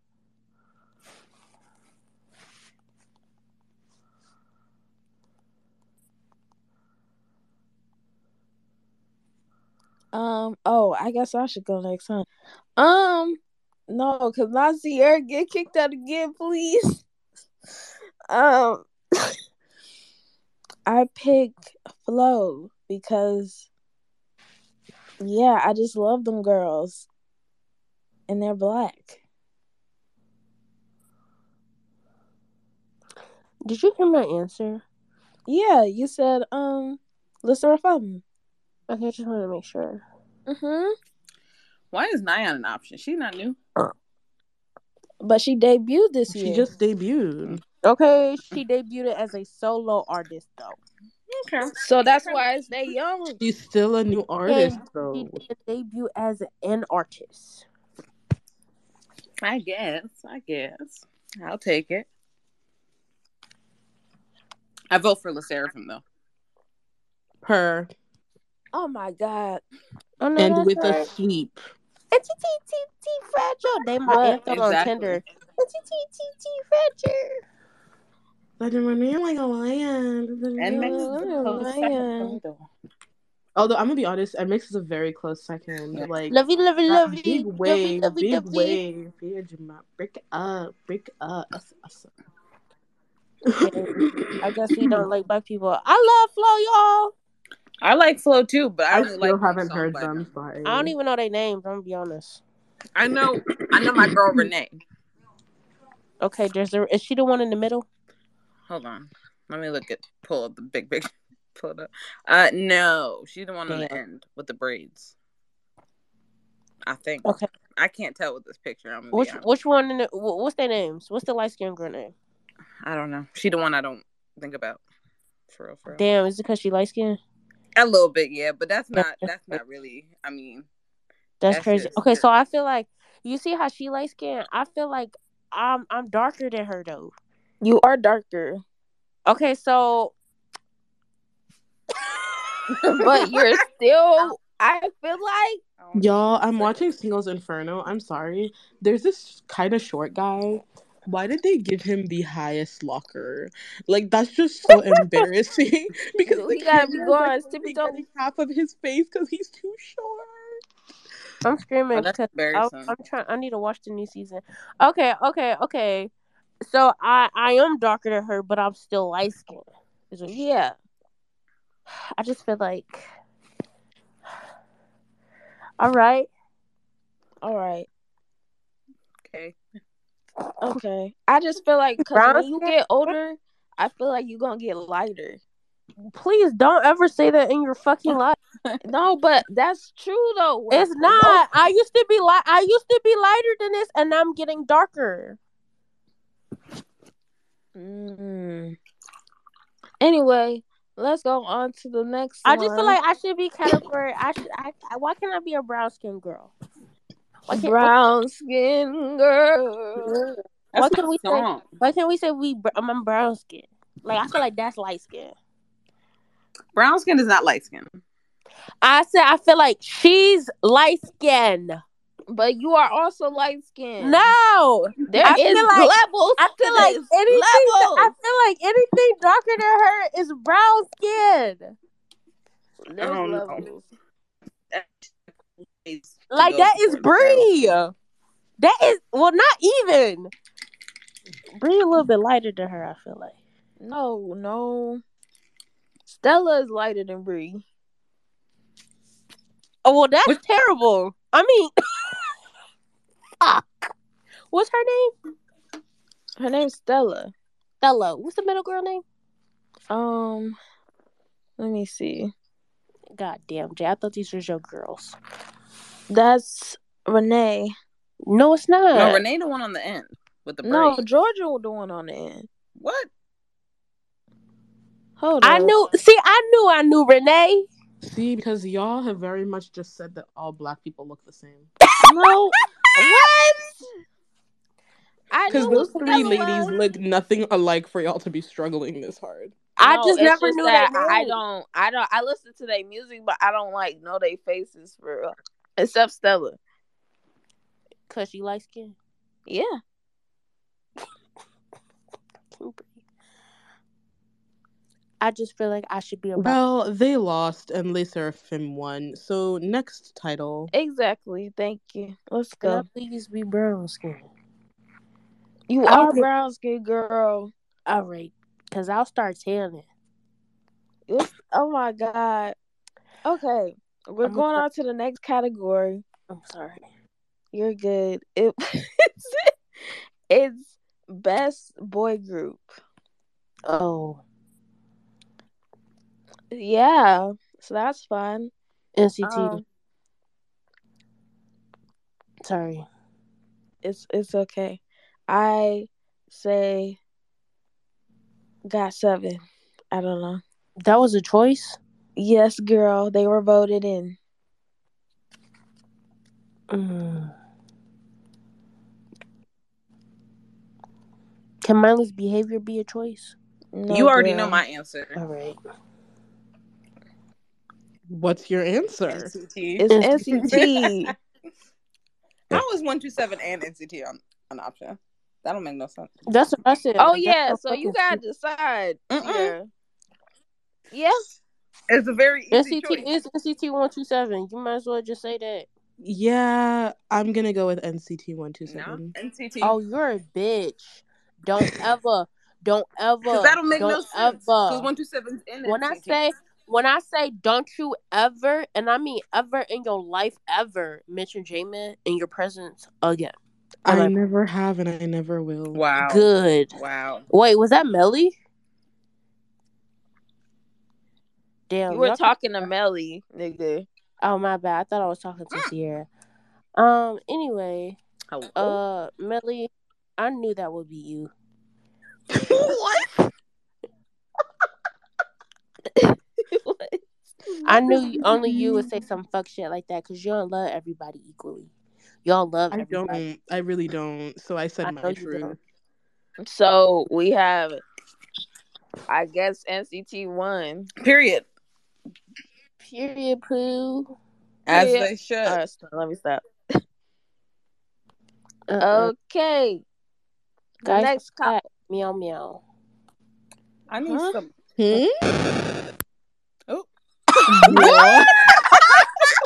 Speaker 1: Um. Oh, I guess I should go next, huh? Um. No, cause not Sierra get kicked out again, please. (laughs) Um. (coughs) I picked Flo because yeah, I just love them girls, and they're black.
Speaker 8: Did you hear my answer?
Speaker 1: Yeah, you said um, La Seraphim.
Speaker 8: Okay, I just want to make sure.
Speaker 1: Mm-hmm.
Speaker 4: Why is Nyan an option? She's not new.
Speaker 1: But she debuted this year.
Speaker 6: She just debuted.
Speaker 8: Okay, she debuted as a solo artist, though.
Speaker 4: Okay.
Speaker 1: So that's why it's they young.
Speaker 6: She's still a new artist
Speaker 8: And she
Speaker 6: though.
Speaker 8: did debut as an artist.
Speaker 4: I guess. I guess. I'll take it. I vote for La Seraphim though.
Speaker 6: Her
Speaker 1: Oh my god.
Speaker 8: Oh, no,
Speaker 6: and
Speaker 8: that's
Speaker 6: with a
Speaker 8: right.
Speaker 6: sweep.
Speaker 8: It's a TTT fragile. They my
Speaker 1: But
Speaker 8: anthem on
Speaker 4: Exactly.
Speaker 8: Tinder. It's a TTT fragile.
Speaker 6: But in my name like a lion.
Speaker 4: And Mex
Speaker 1: Mm,
Speaker 4: is
Speaker 1: I
Speaker 4: the
Speaker 1: don't
Speaker 4: close
Speaker 1: know,
Speaker 4: second
Speaker 1: yeah.
Speaker 4: for me though.
Speaker 6: Although I'm gonna be honest, MX is a very close second.
Speaker 4: Yeah.
Speaker 6: Like
Speaker 8: Lovey, lovey,
Speaker 6: that
Speaker 8: lovey,
Speaker 6: big
Speaker 8: lovey,
Speaker 6: wave,
Speaker 8: lovey,
Speaker 6: big
Speaker 8: lovey.
Speaker 6: wave. Yeah, Jemima, break it up, break it up. That's
Speaker 8: Yeah, I guess we
Speaker 6: awesome.
Speaker 8: don't like black people. I love Flo, y'all.
Speaker 4: I like Flo too, but I
Speaker 6: I
Speaker 4: only
Speaker 6: still
Speaker 4: like one
Speaker 6: haven't
Speaker 4: song
Speaker 6: heard
Speaker 4: by
Speaker 6: them.
Speaker 4: them.
Speaker 8: I don't
Speaker 6: Sorry.
Speaker 8: even know their names. I'm gonna be honest.
Speaker 4: I know I know my girl Renee.
Speaker 8: Okay, there's a, is she the one in the middle?
Speaker 4: Hold on. Let me look at pull up the big big (laughs) pull it up. Uh no, she's the one on
Speaker 8: Damn.
Speaker 4: the end with the braids. I think.
Speaker 8: Okay,
Speaker 4: I can't tell with this picture, I'm gonna be
Speaker 8: which
Speaker 4: honest.
Speaker 8: which one? In the, wh- what's their names? What's the light skinned girl name?
Speaker 4: I don't know. She the one I don't think about. For real, for real.
Speaker 8: Damn, is it because she light skinned?
Speaker 4: A little bit, yeah, but that's not that's not really I mean
Speaker 8: That's,
Speaker 7: That's
Speaker 8: crazy.
Speaker 7: just-
Speaker 8: Okay, so I feel like you see how she light skinned? I feel like I'm I'm darker than her though.
Speaker 1: You are darker.
Speaker 8: Okay, so but you're
Speaker 1: (laughs)
Speaker 8: still I feel like
Speaker 7: I don't
Speaker 6: Y'all,
Speaker 7: know.
Speaker 6: I'm watching Singles Inferno. I'm sorry. There's this kind of short guy. Why did they give him the highest locker? Like that's just so embarrassing (laughs) because
Speaker 8: Dude,
Speaker 6: the
Speaker 8: (laughs) he gotta be
Speaker 6: camera's
Speaker 8: going,
Speaker 6: like
Speaker 8: tippy
Speaker 6: only
Speaker 8: toe.
Speaker 6: getting half of his face because he's too short.
Speaker 8: I'm
Speaker 4: Oh,
Speaker 8: screaming
Speaker 4: that's
Speaker 8: because I,
Speaker 4: embarrassing.
Speaker 8: I'm trying. I need to watch the new season. Okay, okay, okay. So I I am darker than her, but I'm still light skinned. Is what she-
Speaker 1: Yeah.
Speaker 8: I just feel like, all right,
Speaker 1: All right.
Speaker 4: Okay.
Speaker 1: Okay. I just feel like because
Speaker 8: brown
Speaker 1: when you
Speaker 8: skin.
Speaker 1: get older, I feel like you're gonna get lighter.
Speaker 8: Please don't ever say that in your fucking life.
Speaker 1: No, but that's true though. When-
Speaker 8: It's not. I used to be light. I used to be lighter than this, and I'm getting darker.
Speaker 1: Mm. Anyway, let's go on to the next
Speaker 8: I just feel
Speaker 1: one.
Speaker 8: like I should be category. I should. I, I why can't I be a brown skin girl? Why can't why,
Speaker 1: Brown skin girl.
Speaker 8: why
Speaker 4: That's
Speaker 8: can't we
Speaker 4: my
Speaker 8: say
Speaker 4: song.
Speaker 8: why can't we say we br- I'm I'm brown skin? Like I feel like that's light skin.
Speaker 4: Brown skin is not light skin.
Speaker 8: I said I feel like she's light skin.
Speaker 1: But you are also light skinned.
Speaker 8: No,
Speaker 1: There
Speaker 8: I
Speaker 1: is
Speaker 8: feel like
Speaker 1: levels
Speaker 8: I
Speaker 1: to
Speaker 8: feel like
Speaker 1: this.
Speaker 8: anything. I
Speaker 1: Levels.
Speaker 8: feel like anything darker than her is brown skin.
Speaker 4: I
Speaker 1: There's
Speaker 4: don't know.
Speaker 1: levels.
Speaker 4: That's ways to
Speaker 8: Like
Speaker 4: go
Speaker 8: that is
Speaker 4: for the brown
Speaker 8: Bree.
Speaker 4: skin.
Speaker 8: That is well, not even. Bree a little bit lighter than her. I feel like.
Speaker 1: No, no. Stella is lighter than Bree.
Speaker 8: Oh well, that's
Speaker 4: Which-
Speaker 8: terrible. I mean, (coughs) fuck. What's her name?
Speaker 1: Her name's Stella.
Speaker 8: Stella. What's the middle girl name?
Speaker 1: Um, let me see.
Speaker 8: God damn, Jay. I thought these were your girls.
Speaker 1: That's Renee.
Speaker 8: No, it's
Speaker 4: No,
Speaker 8: not.
Speaker 4: Renee the one on the end with the
Speaker 1: No,
Speaker 4: braid.
Speaker 1: Georgia was the one on the end.
Speaker 4: What?
Speaker 1: Hold
Speaker 8: I
Speaker 1: up.
Speaker 8: knew. See, I knew. I knew Renee.
Speaker 6: See, because y'all have very much just said that all black people look the same.
Speaker 1: No. What? I
Speaker 6: Because
Speaker 1: knew it
Speaker 6: those
Speaker 1: was
Speaker 6: three
Speaker 1: Stella
Speaker 6: ladies
Speaker 1: was.
Speaker 6: look nothing alike for y'all to be struggling this hard.
Speaker 8: I
Speaker 1: No,
Speaker 8: just
Speaker 1: it's
Speaker 8: never
Speaker 1: just
Speaker 8: knew
Speaker 1: that
Speaker 8: that
Speaker 1: I, I
Speaker 8: name.
Speaker 1: don't I don't I listen to their music but I don't like know their faces for real. Except Stella.
Speaker 8: Cause she light skin.
Speaker 1: Yeah.
Speaker 8: I just feel like I should be a brown.
Speaker 6: Well, they lost and Les Seraphim won. So next title.
Speaker 1: Exactly. Thank you. Let's
Speaker 8: Can I
Speaker 1: go.
Speaker 8: please be brown skin?
Speaker 1: You
Speaker 8: I
Speaker 1: are
Speaker 8: already,
Speaker 1: brown skin girl.
Speaker 8: all right. Cause I'll start telling.
Speaker 1: It's, oh my god. Okay. We're
Speaker 8: I'm,
Speaker 1: going on to the next category.
Speaker 8: I'm sorry.
Speaker 1: You're good. It, (laughs) it's, it's best boy group.
Speaker 8: Oh,
Speaker 1: Yeah. So that's fun.
Speaker 8: NCT.
Speaker 1: Um
Speaker 8: Sorry.
Speaker 1: it's it's okay. I say got 7. I don't know.
Speaker 8: That was a choice.
Speaker 1: Yes, girl. They were voted in.
Speaker 8: Mm. Can mindless behavior be a choice?
Speaker 1: No
Speaker 4: You already know
Speaker 1: girl.
Speaker 4: my answer.
Speaker 8: All right.
Speaker 6: What's your answer?
Speaker 4: NCT.
Speaker 1: It's
Speaker 8: NCT. (laughs)
Speaker 1: NCT.
Speaker 4: How is one two seven and NCT on an option? That don't make no sense.
Speaker 8: That's what I said.
Speaker 1: (laughs) Oh
Speaker 8: That's
Speaker 1: yeah,
Speaker 8: no
Speaker 1: so you gotta
Speaker 8: fucking shit. (clears throat)
Speaker 1: decide,
Speaker 4: Mm-mm.
Speaker 1: Sierra. Yeah.
Speaker 4: It's a very easy
Speaker 8: NCT
Speaker 4: choice.
Speaker 8: is NCT one two seven. You might as well just say that.
Speaker 6: Yeah, I'm gonna go with NCT one two
Speaker 4: No,
Speaker 6: seven.
Speaker 4: NCT.
Speaker 8: Oh, you're a bitch. Don't
Speaker 4: (laughs)
Speaker 8: ever, don't
Speaker 4: Because that
Speaker 8: ever,
Speaker 4: don't make no
Speaker 8: don't
Speaker 4: sense. Because
Speaker 8: ever.
Speaker 4: one two seven's in
Speaker 8: When I
Speaker 4: NCT.
Speaker 8: say, when I say, don't you ever, and I mean ever in your life ever mention Jamin in your presence oh again. I'm
Speaker 6: I
Speaker 8: like,
Speaker 6: never have and I never will.
Speaker 4: Wow.
Speaker 8: good.
Speaker 4: Wow.
Speaker 8: Wait, was that Melly? Damn,
Speaker 1: You were
Speaker 8: y'all.
Speaker 1: talking to Melly,
Speaker 8: (laughs)
Speaker 1: nigga. (laughs)
Speaker 8: Oh my bad. I thought I was talking to Sierra. Um. Anyway,
Speaker 4: Hello?
Speaker 8: uh, Melly, I knew that would be you.
Speaker 4: what?
Speaker 1: What?
Speaker 8: I knew you- only you would say some fuck shit like that because you don't love everybody equally. Y'all love
Speaker 6: I
Speaker 8: everybody.
Speaker 6: don't. I really don't. So I said
Speaker 8: I know
Speaker 6: my
Speaker 8: you
Speaker 6: truth.
Speaker 8: don't.
Speaker 1: So we have, I guess, NCT one.
Speaker 4: Period.
Speaker 8: Period, poo.
Speaker 4: As
Speaker 1: Period.
Speaker 4: they should.
Speaker 1: All right, so let me stop.
Speaker 8: Uh-uh.
Speaker 1: Okay,
Speaker 8: Guys, uh,
Speaker 1: next cop.
Speaker 8: that meow meow.
Speaker 4: I need
Speaker 1: Huh?
Speaker 4: some.
Speaker 6: Hmm?
Speaker 4: Oh.
Speaker 6: What?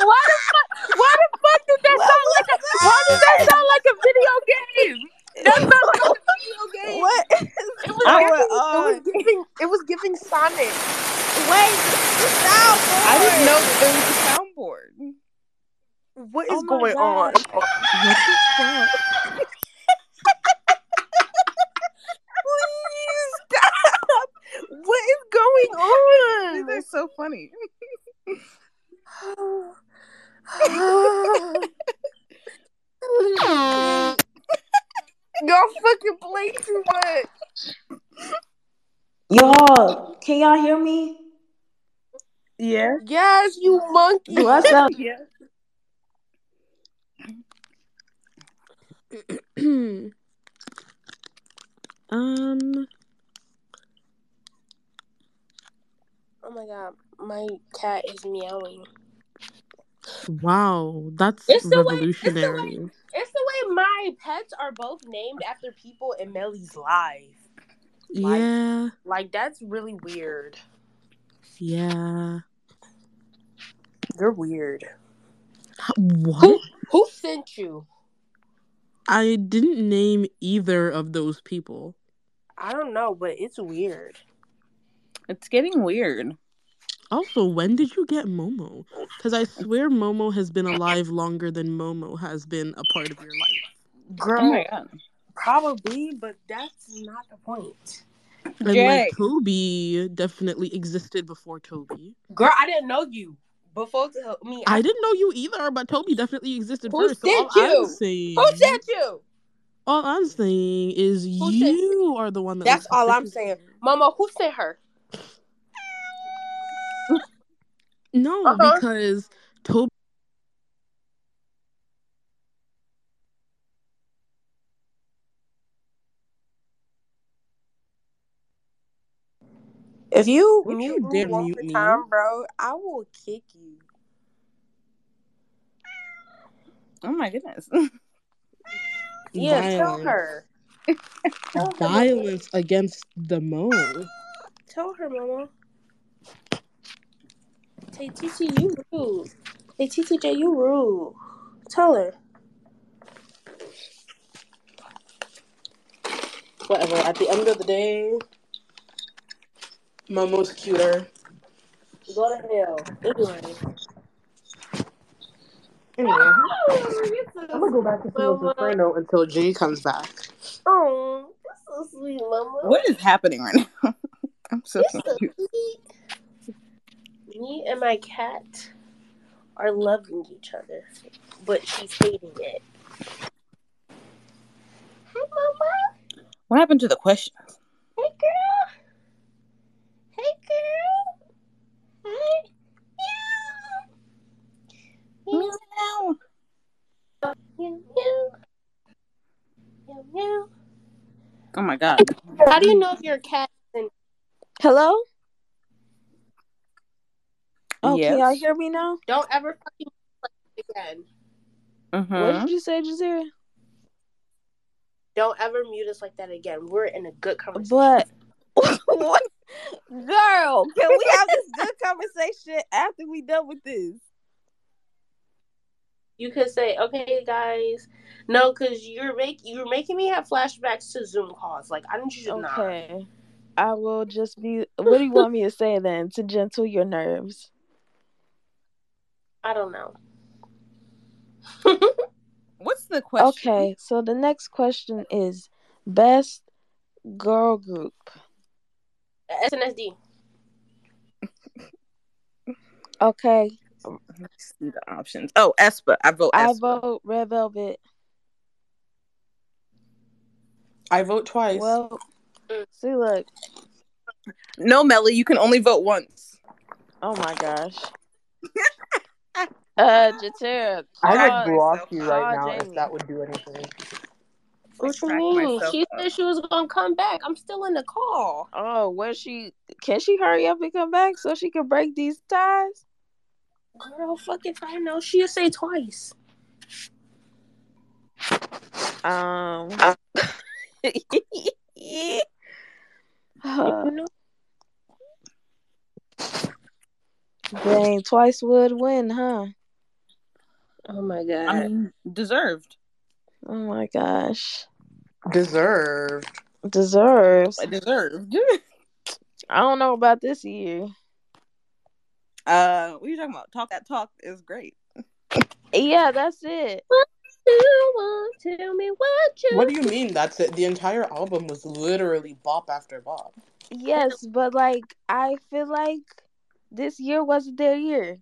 Speaker 1: Why the fuck? Why the fuck did that sound like a? Why does that sound like a video game? That sounds like a video game.
Speaker 3: What is
Speaker 1: It was
Speaker 8: I-
Speaker 1: giving.
Speaker 3: going
Speaker 1: It was
Speaker 3: on?
Speaker 1: giving. It was giving Sonic. Wait, the
Speaker 4: I didn't
Speaker 1: soundboard.
Speaker 4: know that there was a soundboard.
Speaker 3: What is
Speaker 1: Oh my
Speaker 3: going on?
Speaker 1: god.
Speaker 6: What the fuck?
Speaker 3: Please stop. What is going
Speaker 4: These
Speaker 3: on?
Speaker 4: are so funny.
Speaker 3: (laughs) Y'all fucking play too much.
Speaker 10: Y'all, can y'all hear me?
Speaker 4: Yeah.
Speaker 3: Yes, you monkey.
Speaker 10: Do I sound
Speaker 4: Yeah.
Speaker 8: Hmm?
Speaker 6: um.
Speaker 8: Oh my god, my cat is meowing.
Speaker 6: Wow, that's
Speaker 8: It's the way. It's the way.
Speaker 6: revolutionary.
Speaker 8: It's the way my pets are both named after people in Melly's life. Like,
Speaker 6: Yeah.
Speaker 8: like that's really weird.
Speaker 6: Yeah.
Speaker 8: You're weird.
Speaker 6: What?
Speaker 8: Who who sent you?
Speaker 6: I didn't name either of those people.
Speaker 8: I don't know, but it's weird.
Speaker 4: It's getting weird.
Speaker 6: Also, when did you get Momo? Because I swear Momo has been alive longer than Momo has been a part of your life.
Speaker 4: Oh my
Speaker 8: Girl,
Speaker 4: god.
Speaker 8: probably, but that's not the point.
Speaker 6: And like
Speaker 4: Jay.
Speaker 6: Kobe definitely existed before Toby.
Speaker 8: Girl, I didn't know you before to help me.
Speaker 6: I didn't know you either, but Toby definitely existed
Speaker 8: Who
Speaker 6: first. So all
Speaker 8: sent
Speaker 6: I'm
Speaker 8: you? Who
Speaker 6: saying,
Speaker 8: sent you?
Speaker 6: all I'm saying is
Speaker 8: Who sent?
Speaker 6: you are the one that was
Speaker 8: That's all I'm
Speaker 6: suspicious.
Speaker 8: saying, Mama. Who sent her? Uh
Speaker 6: No,
Speaker 8: huh.
Speaker 6: because Toby.
Speaker 3: If you
Speaker 6: What
Speaker 3: mute
Speaker 6: you
Speaker 3: me
Speaker 6: did
Speaker 3: one
Speaker 6: mute
Speaker 3: more
Speaker 6: me.
Speaker 3: time, bro, I will kick you.
Speaker 4: Oh my goodness.
Speaker 8: Yeah, tell
Speaker 6: Violence.
Speaker 8: her. (laughs) Tell her, Mama.
Speaker 6: Violence against the Mo.
Speaker 8: Tell her, Mama. Hey, TT, you rude. Hey, TTJ, you rude. Tell her. Whatever. At the end of the day,
Speaker 6: Momo's cuter.
Speaker 8: go to hell. Anyway.
Speaker 6: Anyway, I'm
Speaker 3: so
Speaker 6: gonna go back to
Speaker 3: sweet,
Speaker 6: Los
Speaker 3: mama.
Speaker 6: Inferno until Jay comes back.
Speaker 3: Oh, you're so sweet, mama.
Speaker 4: (laughs) What is happening right now? (laughs) I'm so
Speaker 8: You're so
Speaker 4: confused.
Speaker 8: sweet. Me and my cat are loving each other, but she's hating it. Hi, Mama.
Speaker 4: What happened to the question?
Speaker 8: Hey, girl. Hey, girl. Hi. Meow. Meow.
Speaker 4: Meow.
Speaker 8: Meow. Meow. Meow. Meow.
Speaker 4: Oh my god.
Speaker 8: How do you know if your cat is in
Speaker 1: Hello. Oh, can y'all
Speaker 4: Yes.
Speaker 1: hear me now?
Speaker 8: Don't ever fucking again.
Speaker 1: What
Speaker 4: Mm-hmm.
Speaker 1: did you say, Jazeera?
Speaker 8: Don't ever mute us like that again. We're in a good conversation.
Speaker 1: But (laughs) what, girl? Can we have this good conversation after we done with this?
Speaker 8: You could say, "Okay, guys, no," because you're make you're making me have flashbacks to Zoom calls. Like I need you to not.
Speaker 1: Okay, I will just be. What do you want me to say then to gentle your nerves?
Speaker 8: I don't know.
Speaker 4: What's the question?
Speaker 1: Okay, so the next question is best girl group.
Speaker 8: SNSD.
Speaker 1: Okay,
Speaker 4: Let me Oh, see the options. Oh, Espa. I vote
Speaker 1: I
Speaker 4: Espa.
Speaker 1: vote Red Velvet.
Speaker 6: I vote twice.
Speaker 1: Well, see, look.
Speaker 4: No, Melly, you can only vote once.
Speaker 1: Oh my gosh. Uh, Jatera,
Speaker 7: I
Speaker 1: call,
Speaker 7: would
Speaker 4: I would
Speaker 1: call
Speaker 4: block you right now if
Speaker 1: Jamie.
Speaker 4: that would do anything.
Speaker 8: What you
Speaker 7: crack
Speaker 8: mean?
Speaker 7: myself
Speaker 8: She
Speaker 7: up.
Speaker 8: said she was gonna come back. I'm still in the call.
Speaker 1: Oh, where she? Can she hurry up and come back so she can break these ties?
Speaker 8: Girl, fuck if I know. She'll say twice.
Speaker 1: Um. (laughs)
Speaker 8: You know?
Speaker 1: Dang, twice would win, huh?
Speaker 8: Oh my
Speaker 4: I
Speaker 8: god.
Speaker 4: mean, deserved.
Speaker 1: Oh my gosh,
Speaker 8: (laughs)
Speaker 4: Deserved.
Speaker 1: deserves.
Speaker 4: I (laughs) deserved.
Speaker 1: I don't know about this year.
Speaker 4: Uh, what are you talking about? Talk that talk is great.
Speaker 1: Yeah, that's it.
Speaker 8: You won't tell me what you.
Speaker 6: What do you mean? That's it. The entire album was literally bop after bop.
Speaker 1: Yes, but like I feel like this year wasn't their year.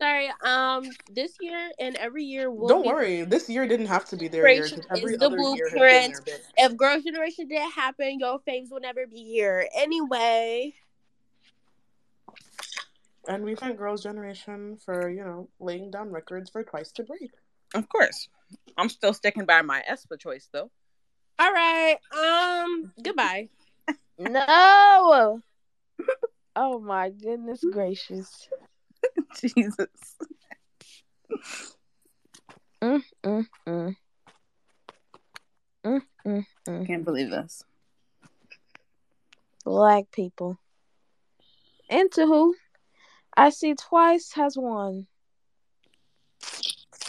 Speaker 8: Sorry. Um, this year and every year will
Speaker 6: Don't
Speaker 8: be
Speaker 6: worry, this year didn't have to be their year
Speaker 8: Generation
Speaker 6: because
Speaker 8: is
Speaker 6: every
Speaker 8: the
Speaker 6: other year has been
Speaker 8: blueprint.
Speaker 6: their bit.
Speaker 8: If Girls' Generation didn't happen, your faves will never be here. Anyway,
Speaker 6: And we thank Girls' Generation for, you know, laying down records for Twice to Break.
Speaker 4: Of course. I'm still sticking by my Espa choice though.
Speaker 8: all right. Um, goodbye.
Speaker 1: No. Oh my goodness gracious.
Speaker 4: (laughs) Jesus.
Speaker 1: Mm, mm, mm, mm, mm, mm.
Speaker 4: Can't believe this.
Speaker 1: Black people. Into who? I see twice has won.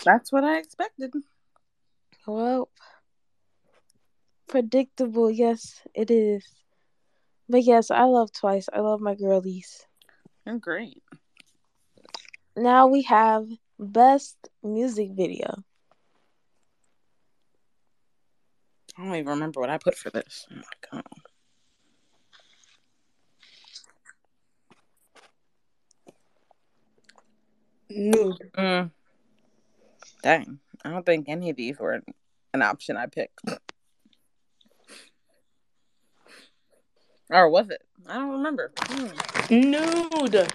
Speaker 4: That's what I expected.
Speaker 1: Well, predictable. Yes, it is. But yes, I love twice. I love my girlies.
Speaker 4: You're great.
Speaker 1: Now we have best music video.
Speaker 4: I don't even remember what I put for this. Oh my god.
Speaker 6: Mood.
Speaker 4: Mm, dang. I don't think any of these were an option I picked. Or was it? I don't remember. Hmm.
Speaker 6: Nude.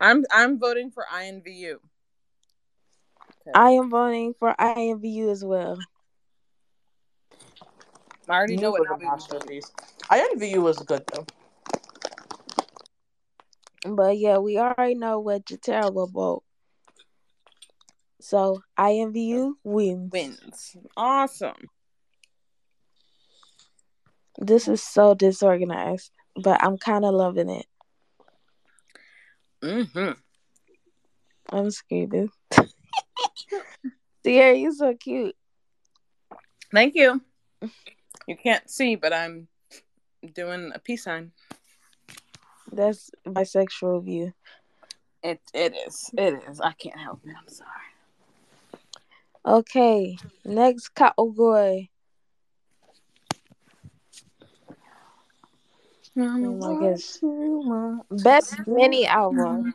Speaker 4: I'm I'm voting for INVU.
Speaker 1: I am voting for IMVU as well.
Speaker 4: I already know
Speaker 6: Nude
Speaker 4: what
Speaker 6: was a
Speaker 4: Navi was voting.
Speaker 6: masterpiece. I envy you was good though.
Speaker 1: But yeah, we already know what Jatera will vote. So IMVU wins.
Speaker 4: Wins. Awesome.
Speaker 1: This is so disorganized, but I'm kind of loving it.
Speaker 4: Mm-hmm.
Speaker 1: I'm scared. (laughs) Sierra, you're so cute.
Speaker 4: Thank you. You can't see, but I'm doing a peace sign.
Speaker 1: That's bisexual view.
Speaker 4: It it is. It is. I can't help it. I'm sorry.
Speaker 1: Okay, next category. Oh my gosh. Best mini album.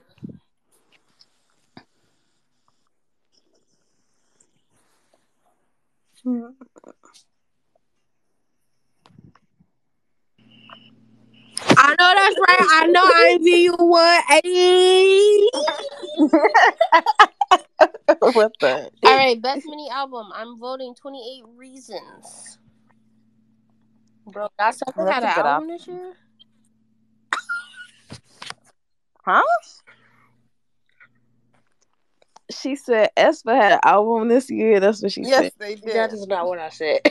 Speaker 8: I know that's right. I know I envy you one. Ayy.
Speaker 4: (laughs) what the?
Speaker 3: All right, best mini album. I'm voting 28 Reasons. Bro, Got Something had
Speaker 4: That's a
Speaker 3: an
Speaker 4: good
Speaker 3: album
Speaker 4: option.
Speaker 3: this year?
Speaker 4: Huh?
Speaker 1: She said Espa had an album this year. That's what she
Speaker 4: Yes,
Speaker 1: said.
Speaker 4: they
Speaker 3: That
Speaker 4: did.
Speaker 3: is not what I said.
Speaker 1: (laughs)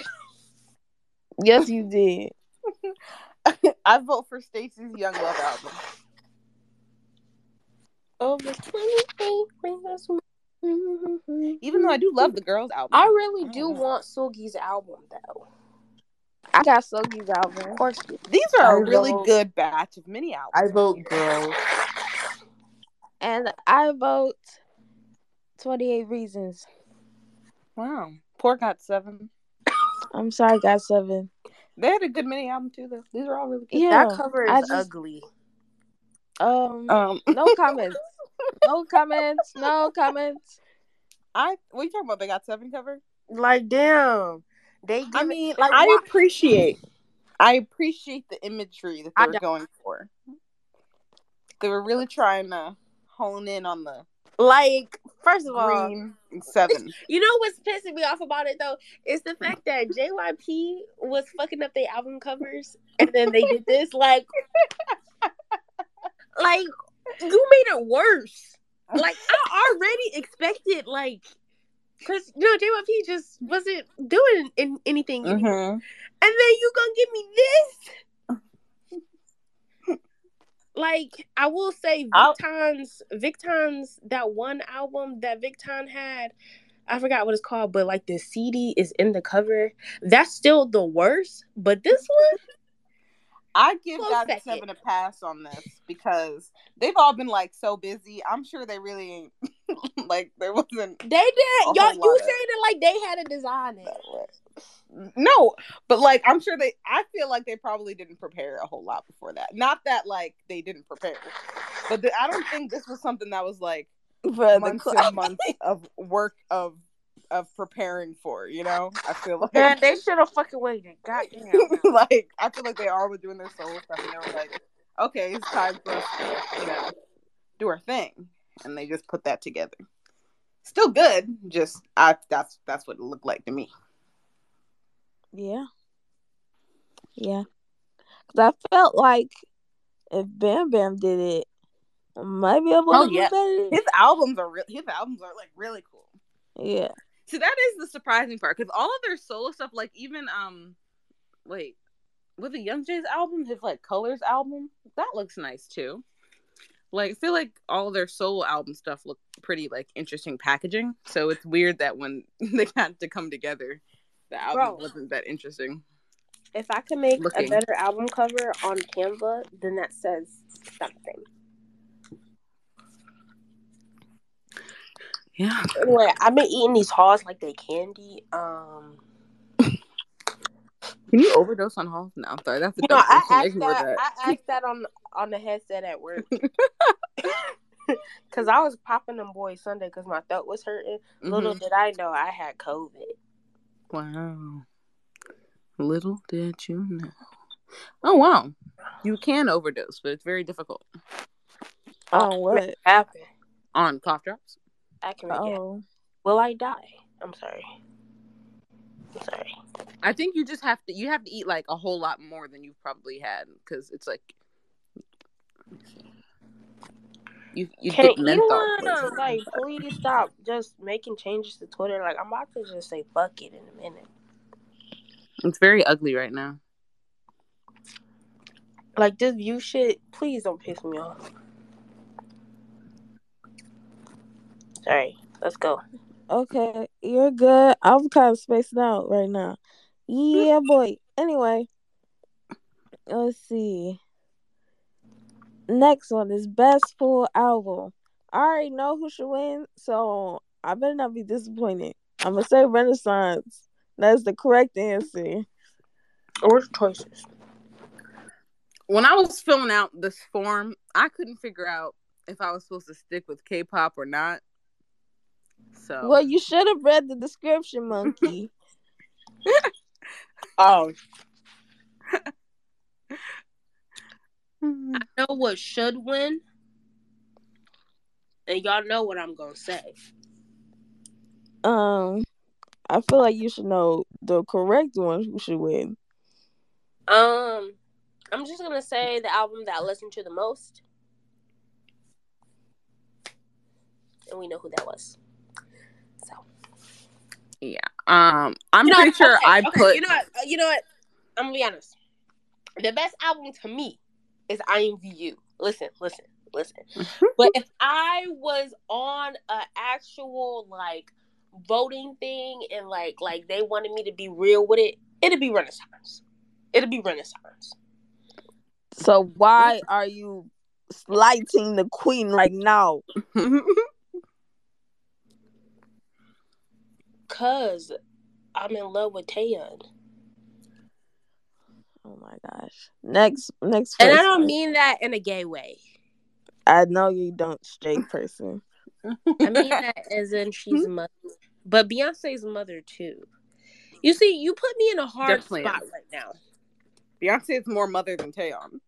Speaker 1: Yes, you did.
Speaker 4: (laughs) I vote for Stacey's Young Love album.
Speaker 3: Over 28 Reasons.
Speaker 1: Mm-hmm.
Speaker 4: Even though I do love the girls album.
Speaker 3: I really
Speaker 4: I
Speaker 3: do
Speaker 4: don't know.
Speaker 3: want Sogi's album, though.
Speaker 1: I got Sogi's
Speaker 3: Of
Speaker 1: album.
Speaker 3: course you
Speaker 4: These are
Speaker 6: I
Speaker 4: a really
Speaker 6: vote
Speaker 4: good batch of mini albums.
Speaker 6: I vote girls.
Speaker 1: And I vote 28 Reasons.
Speaker 4: Wow. Poor Got Seven.
Speaker 1: I'm sorry, got seven.
Speaker 4: They had a good mini album too though. These are all really good.
Speaker 3: That
Speaker 1: Yeah,
Speaker 3: cover
Speaker 1: I
Speaker 3: is
Speaker 1: just,
Speaker 3: ugly.
Speaker 1: um,
Speaker 4: Um
Speaker 1: no
Speaker 3: (laughs)
Speaker 1: comments. No comments. No comments.
Speaker 4: I what you talking about? They got seven cover?
Speaker 3: Like, damn. They
Speaker 4: I
Speaker 3: give it,
Speaker 4: mean,
Speaker 3: like,
Speaker 4: I
Speaker 3: why?
Speaker 4: appreciate I appreciate the imagery that they
Speaker 3: I
Speaker 4: were
Speaker 3: don't.
Speaker 4: going for. They were really trying to hone in on the
Speaker 8: Like, first of all,
Speaker 4: green and seven.
Speaker 8: you know what's pissing me off about it though? It's the fact that JYP was fucking up their album covers and then they did this. Like, (laughs) like you made it worse. Like, I already expected, like, because, you know, JYP just wasn't doing in- anything. anymore.
Speaker 4: Mhm.
Speaker 8: And then you gonna give me this? like I will say,
Speaker 4: I'll-
Speaker 8: Victon's Victon's that one album that Victon had, I forgot what it's called, but like the CD is in the cover. That's still the worst, but this one,
Speaker 4: I give
Speaker 8: Close
Speaker 4: God
Speaker 8: second.
Speaker 4: seven a pass on this because they've all been like so busy. I'm sure they really ain't (laughs) like there wasn't
Speaker 8: they did.
Speaker 4: A
Speaker 8: y'all,
Speaker 4: whole
Speaker 8: you
Speaker 4: lotta.
Speaker 8: saying it like they had a design it.
Speaker 4: No, but like I'm sure they I feel like they probably didn't prepare a whole lot before that. Not that like they didn't prepare. But the, I don't think this was something that was like
Speaker 1: Bro, the
Speaker 4: months
Speaker 1: cl-
Speaker 4: and months of work of of preparing for, you know? I feel
Speaker 9: (laughs)
Speaker 4: like
Speaker 8: Man, they should have fucking waited. Goddamn. (laughs)
Speaker 4: (laughs) like I feel like they all were doing their solo stuff and they were like, okay, it's time for us to you know, do our thing, and they just put that together. Still good, just I that's that's what it looked like to me.
Speaker 1: yeah, yeah. 'Cause I felt like if Bam Bam did it, it might be able to
Speaker 4: Oh,
Speaker 1: look
Speaker 4: yeah.
Speaker 1: better.
Speaker 4: His albums are real. His albums are like really cool.
Speaker 1: Yeah,
Speaker 3: See, that is the surprising part because all of their solo stuff, like even um, wait, with the Young Jay's album, his like Colors album, that looks nice too. Like, I feel like all their solo album stuff look pretty like interesting packaging. So it's weird that when (laughs) they had to come together, the album
Speaker 8: Bro.
Speaker 3: wasn't that interesting.
Speaker 8: If I could make
Speaker 3: Looking.
Speaker 8: a better album cover on Canva, then that says something.
Speaker 3: Yeah.
Speaker 8: Anyway, I've been eating these halls like they candy. Um,
Speaker 3: Can you overdose on Hall? No, I'm sorry. That's a
Speaker 8: you know,
Speaker 3: dumb
Speaker 8: I
Speaker 3: question.
Speaker 8: asked
Speaker 3: Ignore
Speaker 8: that.
Speaker 3: that.
Speaker 8: I asked that on on the headset at (laughs) work because I was popping them boys Sunday because my throat was hurting. Little
Speaker 3: Mhm.
Speaker 8: did I know I had COVID.
Speaker 3: Wow. Little did you know. Oh wow. You can overdose, but it's very difficult
Speaker 8: Oh,
Speaker 1: Oh,
Speaker 8: I
Speaker 1: what?
Speaker 8: can make it happen.
Speaker 3: on cough drops.
Speaker 8: I can make it. Happen.
Speaker 1: Oh,
Speaker 8: Will I die? I'm sorry. I'm sorry.
Speaker 3: I think you just have to you have to eat like a whole lot more than you've probably had because it's like you you
Speaker 8: Can
Speaker 3: get menthol
Speaker 8: Elon uh,
Speaker 3: poisoning.
Speaker 8: like please stop just making changes to Twitter? Like I'm about to just say fuck it in a minute.
Speaker 3: It's very ugly right now.
Speaker 8: Like this view shit, please don't piss me off. Sorry, let's go.
Speaker 1: okay. You're good. I'm kind of spacing out right now. Yeah, boy. Anyway, let's see. Next one is best full album. I already know who should win, so I better not be disappointed. I'm gonna say Renaissance. That's the correct answer.
Speaker 8: Or choices.
Speaker 3: When I was filling out this form, I couldn't figure out if I was supposed to stick with K-pop or not. So
Speaker 1: Well, you should have read the description, monkey.
Speaker 4: Oh,
Speaker 3: Mhm.
Speaker 8: know what should win, and y'all know what I'm gonna say.
Speaker 1: um, I feel like you should know the correct one who should win.
Speaker 8: Um, I'm just gonna say the album that I listened to the most, and we know who that was. So
Speaker 3: yeah. Um I'm
Speaker 8: you know,
Speaker 3: pretty
Speaker 8: what?
Speaker 3: sure
Speaker 8: okay,
Speaker 3: I
Speaker 8: okay,
Speaker 3: put
Speaker 8: you know what, uh, you know what. I'm gonna be honest. The best album to me is IMVU. Listen, listen,
Speaker 3: (laughs)
Speaker 8: listen. but if I was on a actual like voting thing and like like they wanted me to be real with it, it'd be Renaissance. It'd be Renaissance.
Speaker 1: So why are you slighting the queen right now?
Speaker 3: (laughs)
Speaker 8: Cause I'm in love with Taeyeon.
Speaker 1: Oh my gosh. Next, next
Speaker 8: And
Speaker 1: person.
Speaker 8: I don't mean that in a gay way.
Speaker 1: I know you don't, straight person.
Speaker 8: I
Speaker 3: (laughs)
Speaker 8: mean that as in she's a mother. But Beyonce's mother too. You see, you put me in a hard
Speaker 3: Definitely
Speaker 8: spot
Speaker 3: is.
Speaker 8: right now.
Speaker 4: Beyonce is more mother than Taeyeon.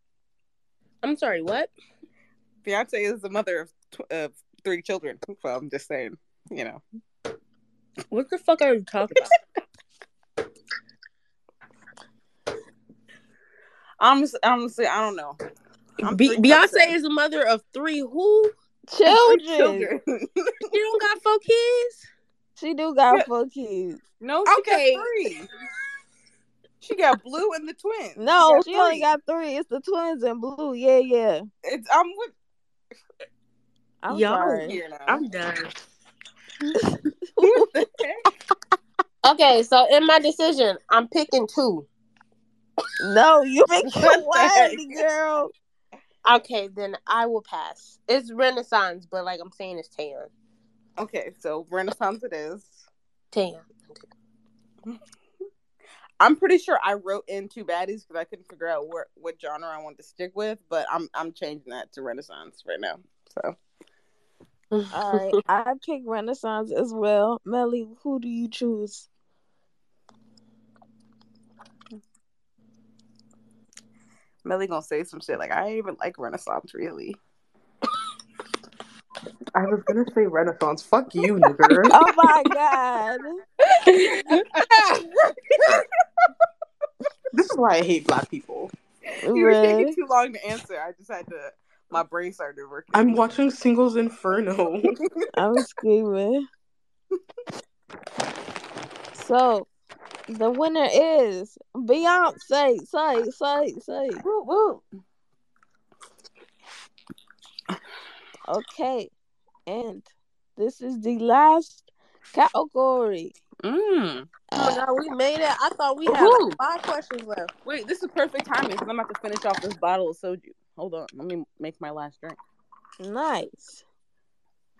Speaker 8: I'm sorry, what?
Speaker 4: Beyonce is the mother of tw- of three children. (laughs) So I'm just saying, you know.
Speaker 3: What the fuck are you talking about?
Speaker 6: Honestly, honestly, I don't know. I'm
Speaker 3: Be-
Speaker 6: three
Speaker 3: Beyonce
Speaker 4: (laughs)
Speaker 6: children.
Speaker 3: is the mother of three who?
Speaker 1: Children.
Speaker 6: Children.
Speaker 3: She don't got four kids.
Speaker 1: She do got four kids.
Speaker 6: no, she
Speaker 3: Okay.
Speaker 6: got three. She got blue and the twins. She
Speaker 1: No, she only
Speaker 6: three.
Speaker 1: got three. It's the twins in blue. Yeah, yeah.
Speaker 6: It's, I'm with
Speaker 1: I'm
Speaker 3: Y'all
Speaker 1: sorry.
Speaker 6: here now.
Speaker 3: I'm done.
Speaker 6: What the heck?
Speaker 8: (laughs) Okay, so in my decision, I'm picking two.
Speaker 1: No, you making
Speaker 6: What the heck?
Speaker 1: one, girl.
Speaker 8: Okay, then I will pass. It's Renaissance, but like I'm saying, it's Tan.
Speaker 4: Okay, so Renaissance it is.
Speaker 8: Tan.
Speaker 4: I'm pretty sure I wrote in two baddies because I couldn't figure out where, what genre I wanted to stick with, but I'm I'm changing that to Renaissance right now. So
Speaker 1: All right, I pick Renaissance as well. Melly, who do you choose?
Speaker 4: Melly gonna say some shit like I ain't even like Renaissance really. (laughs) I was gonna say Renaissance. Fuck you, nigger.
Speaker 6: (laughs)
Speaker 1: Oh my god.
Speaker 4: this is why I hate black people. You were taking
Speaker 1: Really?
Speaker 4: too long to answer. I just had to. My brain started working.
Speaker 6: I'm watching Singles (laughs) Inferno.
Speaker 1: I'm screaming. So the winner is Beyonce. Say, say, say.
Speaker 4: Woo, woo.
Speaker 1: Okay, and this is the last category.
Speaker 7: Mm.
Speaker 3: Oh my god, we made it. I thought we had
Speaker 7: Woo.
Speaker 3: five questions left.
Speaker 7: Wait, this is perfect timing because I'm about to finish off this bottle of soju. Hold on, let me make my last drink.
Speaker 1: Nice.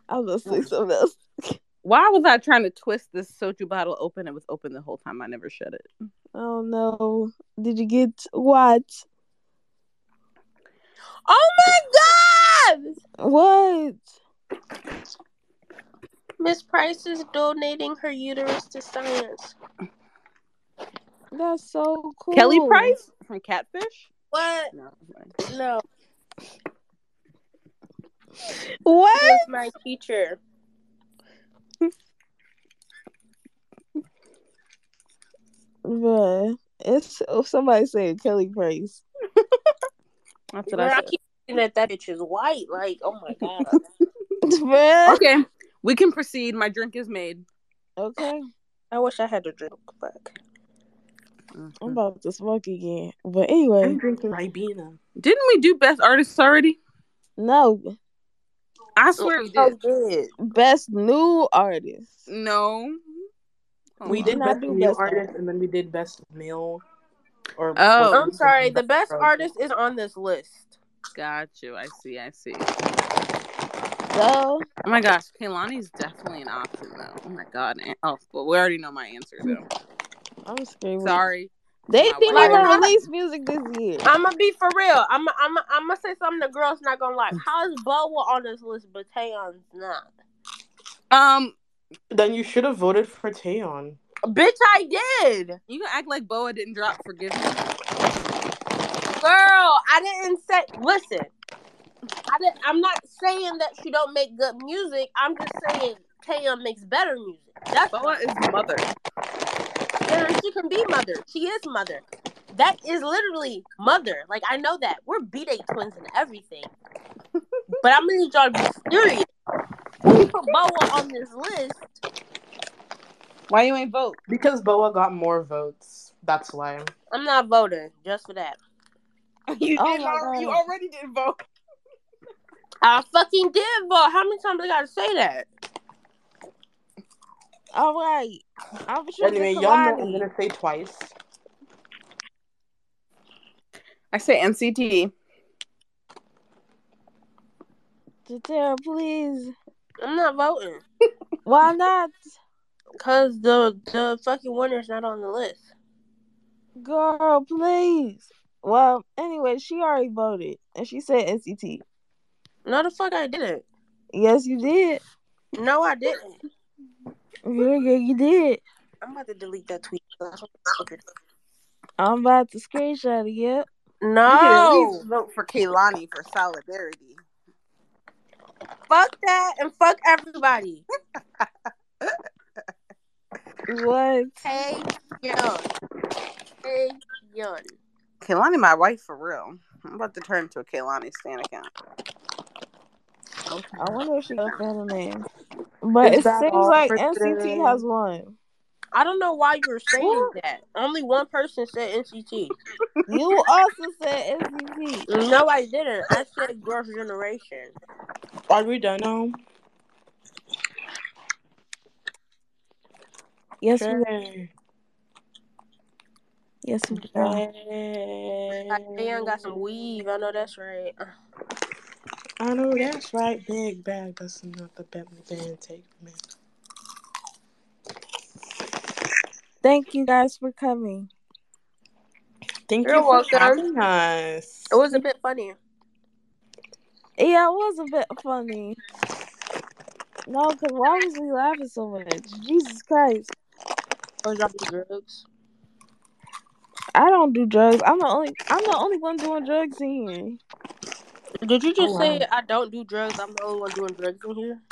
Speaker 1: I was gonna say something else.
Speaker 7: Why was I trying to twist this soju bottle open? It was open the whole time. I never shut it.
Speaker 1: Oh no. Did you get what?
Speaker 3: Oh my god!
Speaker 1: What?
Speaker 8: Miss Price is donating her uterus to science.
Speaker 1: That's so cool.
Speaker 7: Kelly Price from Catfish.
Speaker 3: What?
Speaker 7: No, I'm lying.
Speaker 3: No,
Speaker 1: What?
Speaker 3: she was my teacher.
Speaker 1: Bruh. It's oh, somebody said Kelly Price. (laughs)
Speaker 7: that's what
Speaker 8: Girl,
Speaker 7: I
Speaker 8: I
Speaker 7: said.
Speaker 8: keep thinking that that bitch is white. Like, oh my god.
Speaker 1: Bruh.
Speaker 7: Okay, we can proceed. My drink is made.
Speaker 1: Okay.
Speaker 3: I wish I had a drink, but
Speaker 7: Mm-hmm.
Speaker 1: I'm about to smoke again. But anyway,
Speaker 6: I'm drinking Ribena.
Speaker 7: Didn't we do best artists already?
Speaker 1: no.
Speaker 7: I swear we
Speaker 3: oh
Speaker 7: did.
Speaker 3: good.
Speaker 1: Best new artist.
Speaker 7: No. Hold
Speaker 6: We
Speaker 7: on.
Speaker 1: Did
Speaker 6: did
Speaker 1: not
Speaker 6: best
Speaker 1: do
Speaker 6: new
Speaker 1: best
Speaker 6: artist, and then we did best male. Or
Speaker 7: Oh.
Speaker 3: I'm sorry. The best
Speaker 6: best drug.
Speaker 3: artist is on this list.
Speaker 7: Got you. I see. I see.
Speaker 1: So
Speaker 7: Oh my gosh, Kaylani's definitely an option though. Oh my god. and- Oh, well, we already know my answer though.
Speaker 1: I'm screaming.
Speaker 7: Sorry.
Speaker 1: They
Speaker 7: My
Speaker 1: didn't
Speaker 7: wife.
Speaker 3: Like
Speaker 1: even
Speaker 3: how?
Speaker 1: release music this year.
Speaker 3: I'm gonna be for real. I'm I'm I'm gonna say something the girls not gonna like. How is Boa on this list, but Tayon's not?
Speaker 7: Um,
Speaker 6: Then you should have voted for Taeyeon.
Speaker 3: Bitch, I did, girl.
Speaker 7: you can act like Boa didn't drop. Forgive me.
Speaker 3: I didn't say. Listen, I didn't, I'm not saying that she don't make good music. I'm just saying Tayon makes better music. That's
Speaker 7: Boa is mother.
Speaker 3: and she can be mother. She is mother. That is literally mother. Like I know that we're B day twins and (laughs) everything, but I'm gonna need y'all to be serious. When you put Boa on this list,
Speaker 4: Why you ain't vote?
Speaker 6: Because Boa got more votes. That's why.
Speaker 3: I'm not voting just for that.
Speaker 4: You
Speaker 1: Oh
Speaker 4: did
Speaker 1: my
Speaker 4: al- You
Speaker 1: God.
Speaker 4: already did vote.
Speaker 3: I fucking did vote. How many times I gotta say that?
Speaker 1: All right. I'm choosing
Speaker 6: Anyway, y'all know I'm
Speaker 1: Kalani.
Speaker 6: gonna say twice.
Speaker 7: I say NCT.
Speaker 1: Jatera, please.
Speaker 3: I'm not voting
Speaker 1: (laughs) Why not?
Speaker 3: because the the fucking winner's not on the list.
Speaker 1: Girl, please. Well, anyway, she already voted and she said NCT.
Speaker 3: No, the fuck I didn't.
Speaker 1: Yes, you did.
Speaker 3: No, I didn't.
Speaker 1: Yeah, yeah, you did.
Speaker 3: I'm about to delete that tweet.
Speaker 1: I'm about to screenshot it. Yep.
Speaker 4: You can at least
Speaker 3: No,
Speaker 4: vote for Kaylani for solidarity.
Speaker 3: Fuck that and fuck everybody.
Speaker 1: What?
Speaker 3: Hey, young. Hey, young.
Speaker 4: Kaylani, my wife for real. I'm about to turn to a Kaylani stan account.
Speaker 1: I wonder if she got a family name.
Speaker 4: Is
Speaker 1: But it
Speaker 4: that
Speaker 1: seems
Speaker 4: all
Speaker 1: like
Speaker 4: for today?
Speaker 1: NCT has one.
Speaker 3: I don't know why you're saying that. Only one person said NCT.
Speaker 1: You also said NCT.
Speaker 3: No, I didn't. I said Girls' Generation.
Speaker 6: Are we done now?
Speaker 1: Yes, we are.
Speaker 6: Sure.
Speaker 1: Yes, we are.
Speaker 3: Dion got some
Speaker 6: I
Speaker 3: weave. I know that's right.
Speaker 6: know that's right, big bag. That's not the Bentley band take, man.
Speaker 1: Thank you guys for coming.
Speaker 6: Thank you
Speaker 3: You're
Speaker 6: for
Speaker 3: welcome.
Speaker 6: having us.
Speaker 3: It was a bit funny.
Speaker 1: Yeah, it was a bit funny. No, because why was we laughing so much? Jesus Christ.
Speaker 3: I was dropping drugs.
Speaker 1: I don't do drugs. I'm the only I'm the only one doing drugs in here.
Speaker 3: Did you
Speaker 6: Oh
Speaker 3: just say
Speaker 6: wow.
Speaker 3: I don't do drugs? I'm the only one doing drugs in here.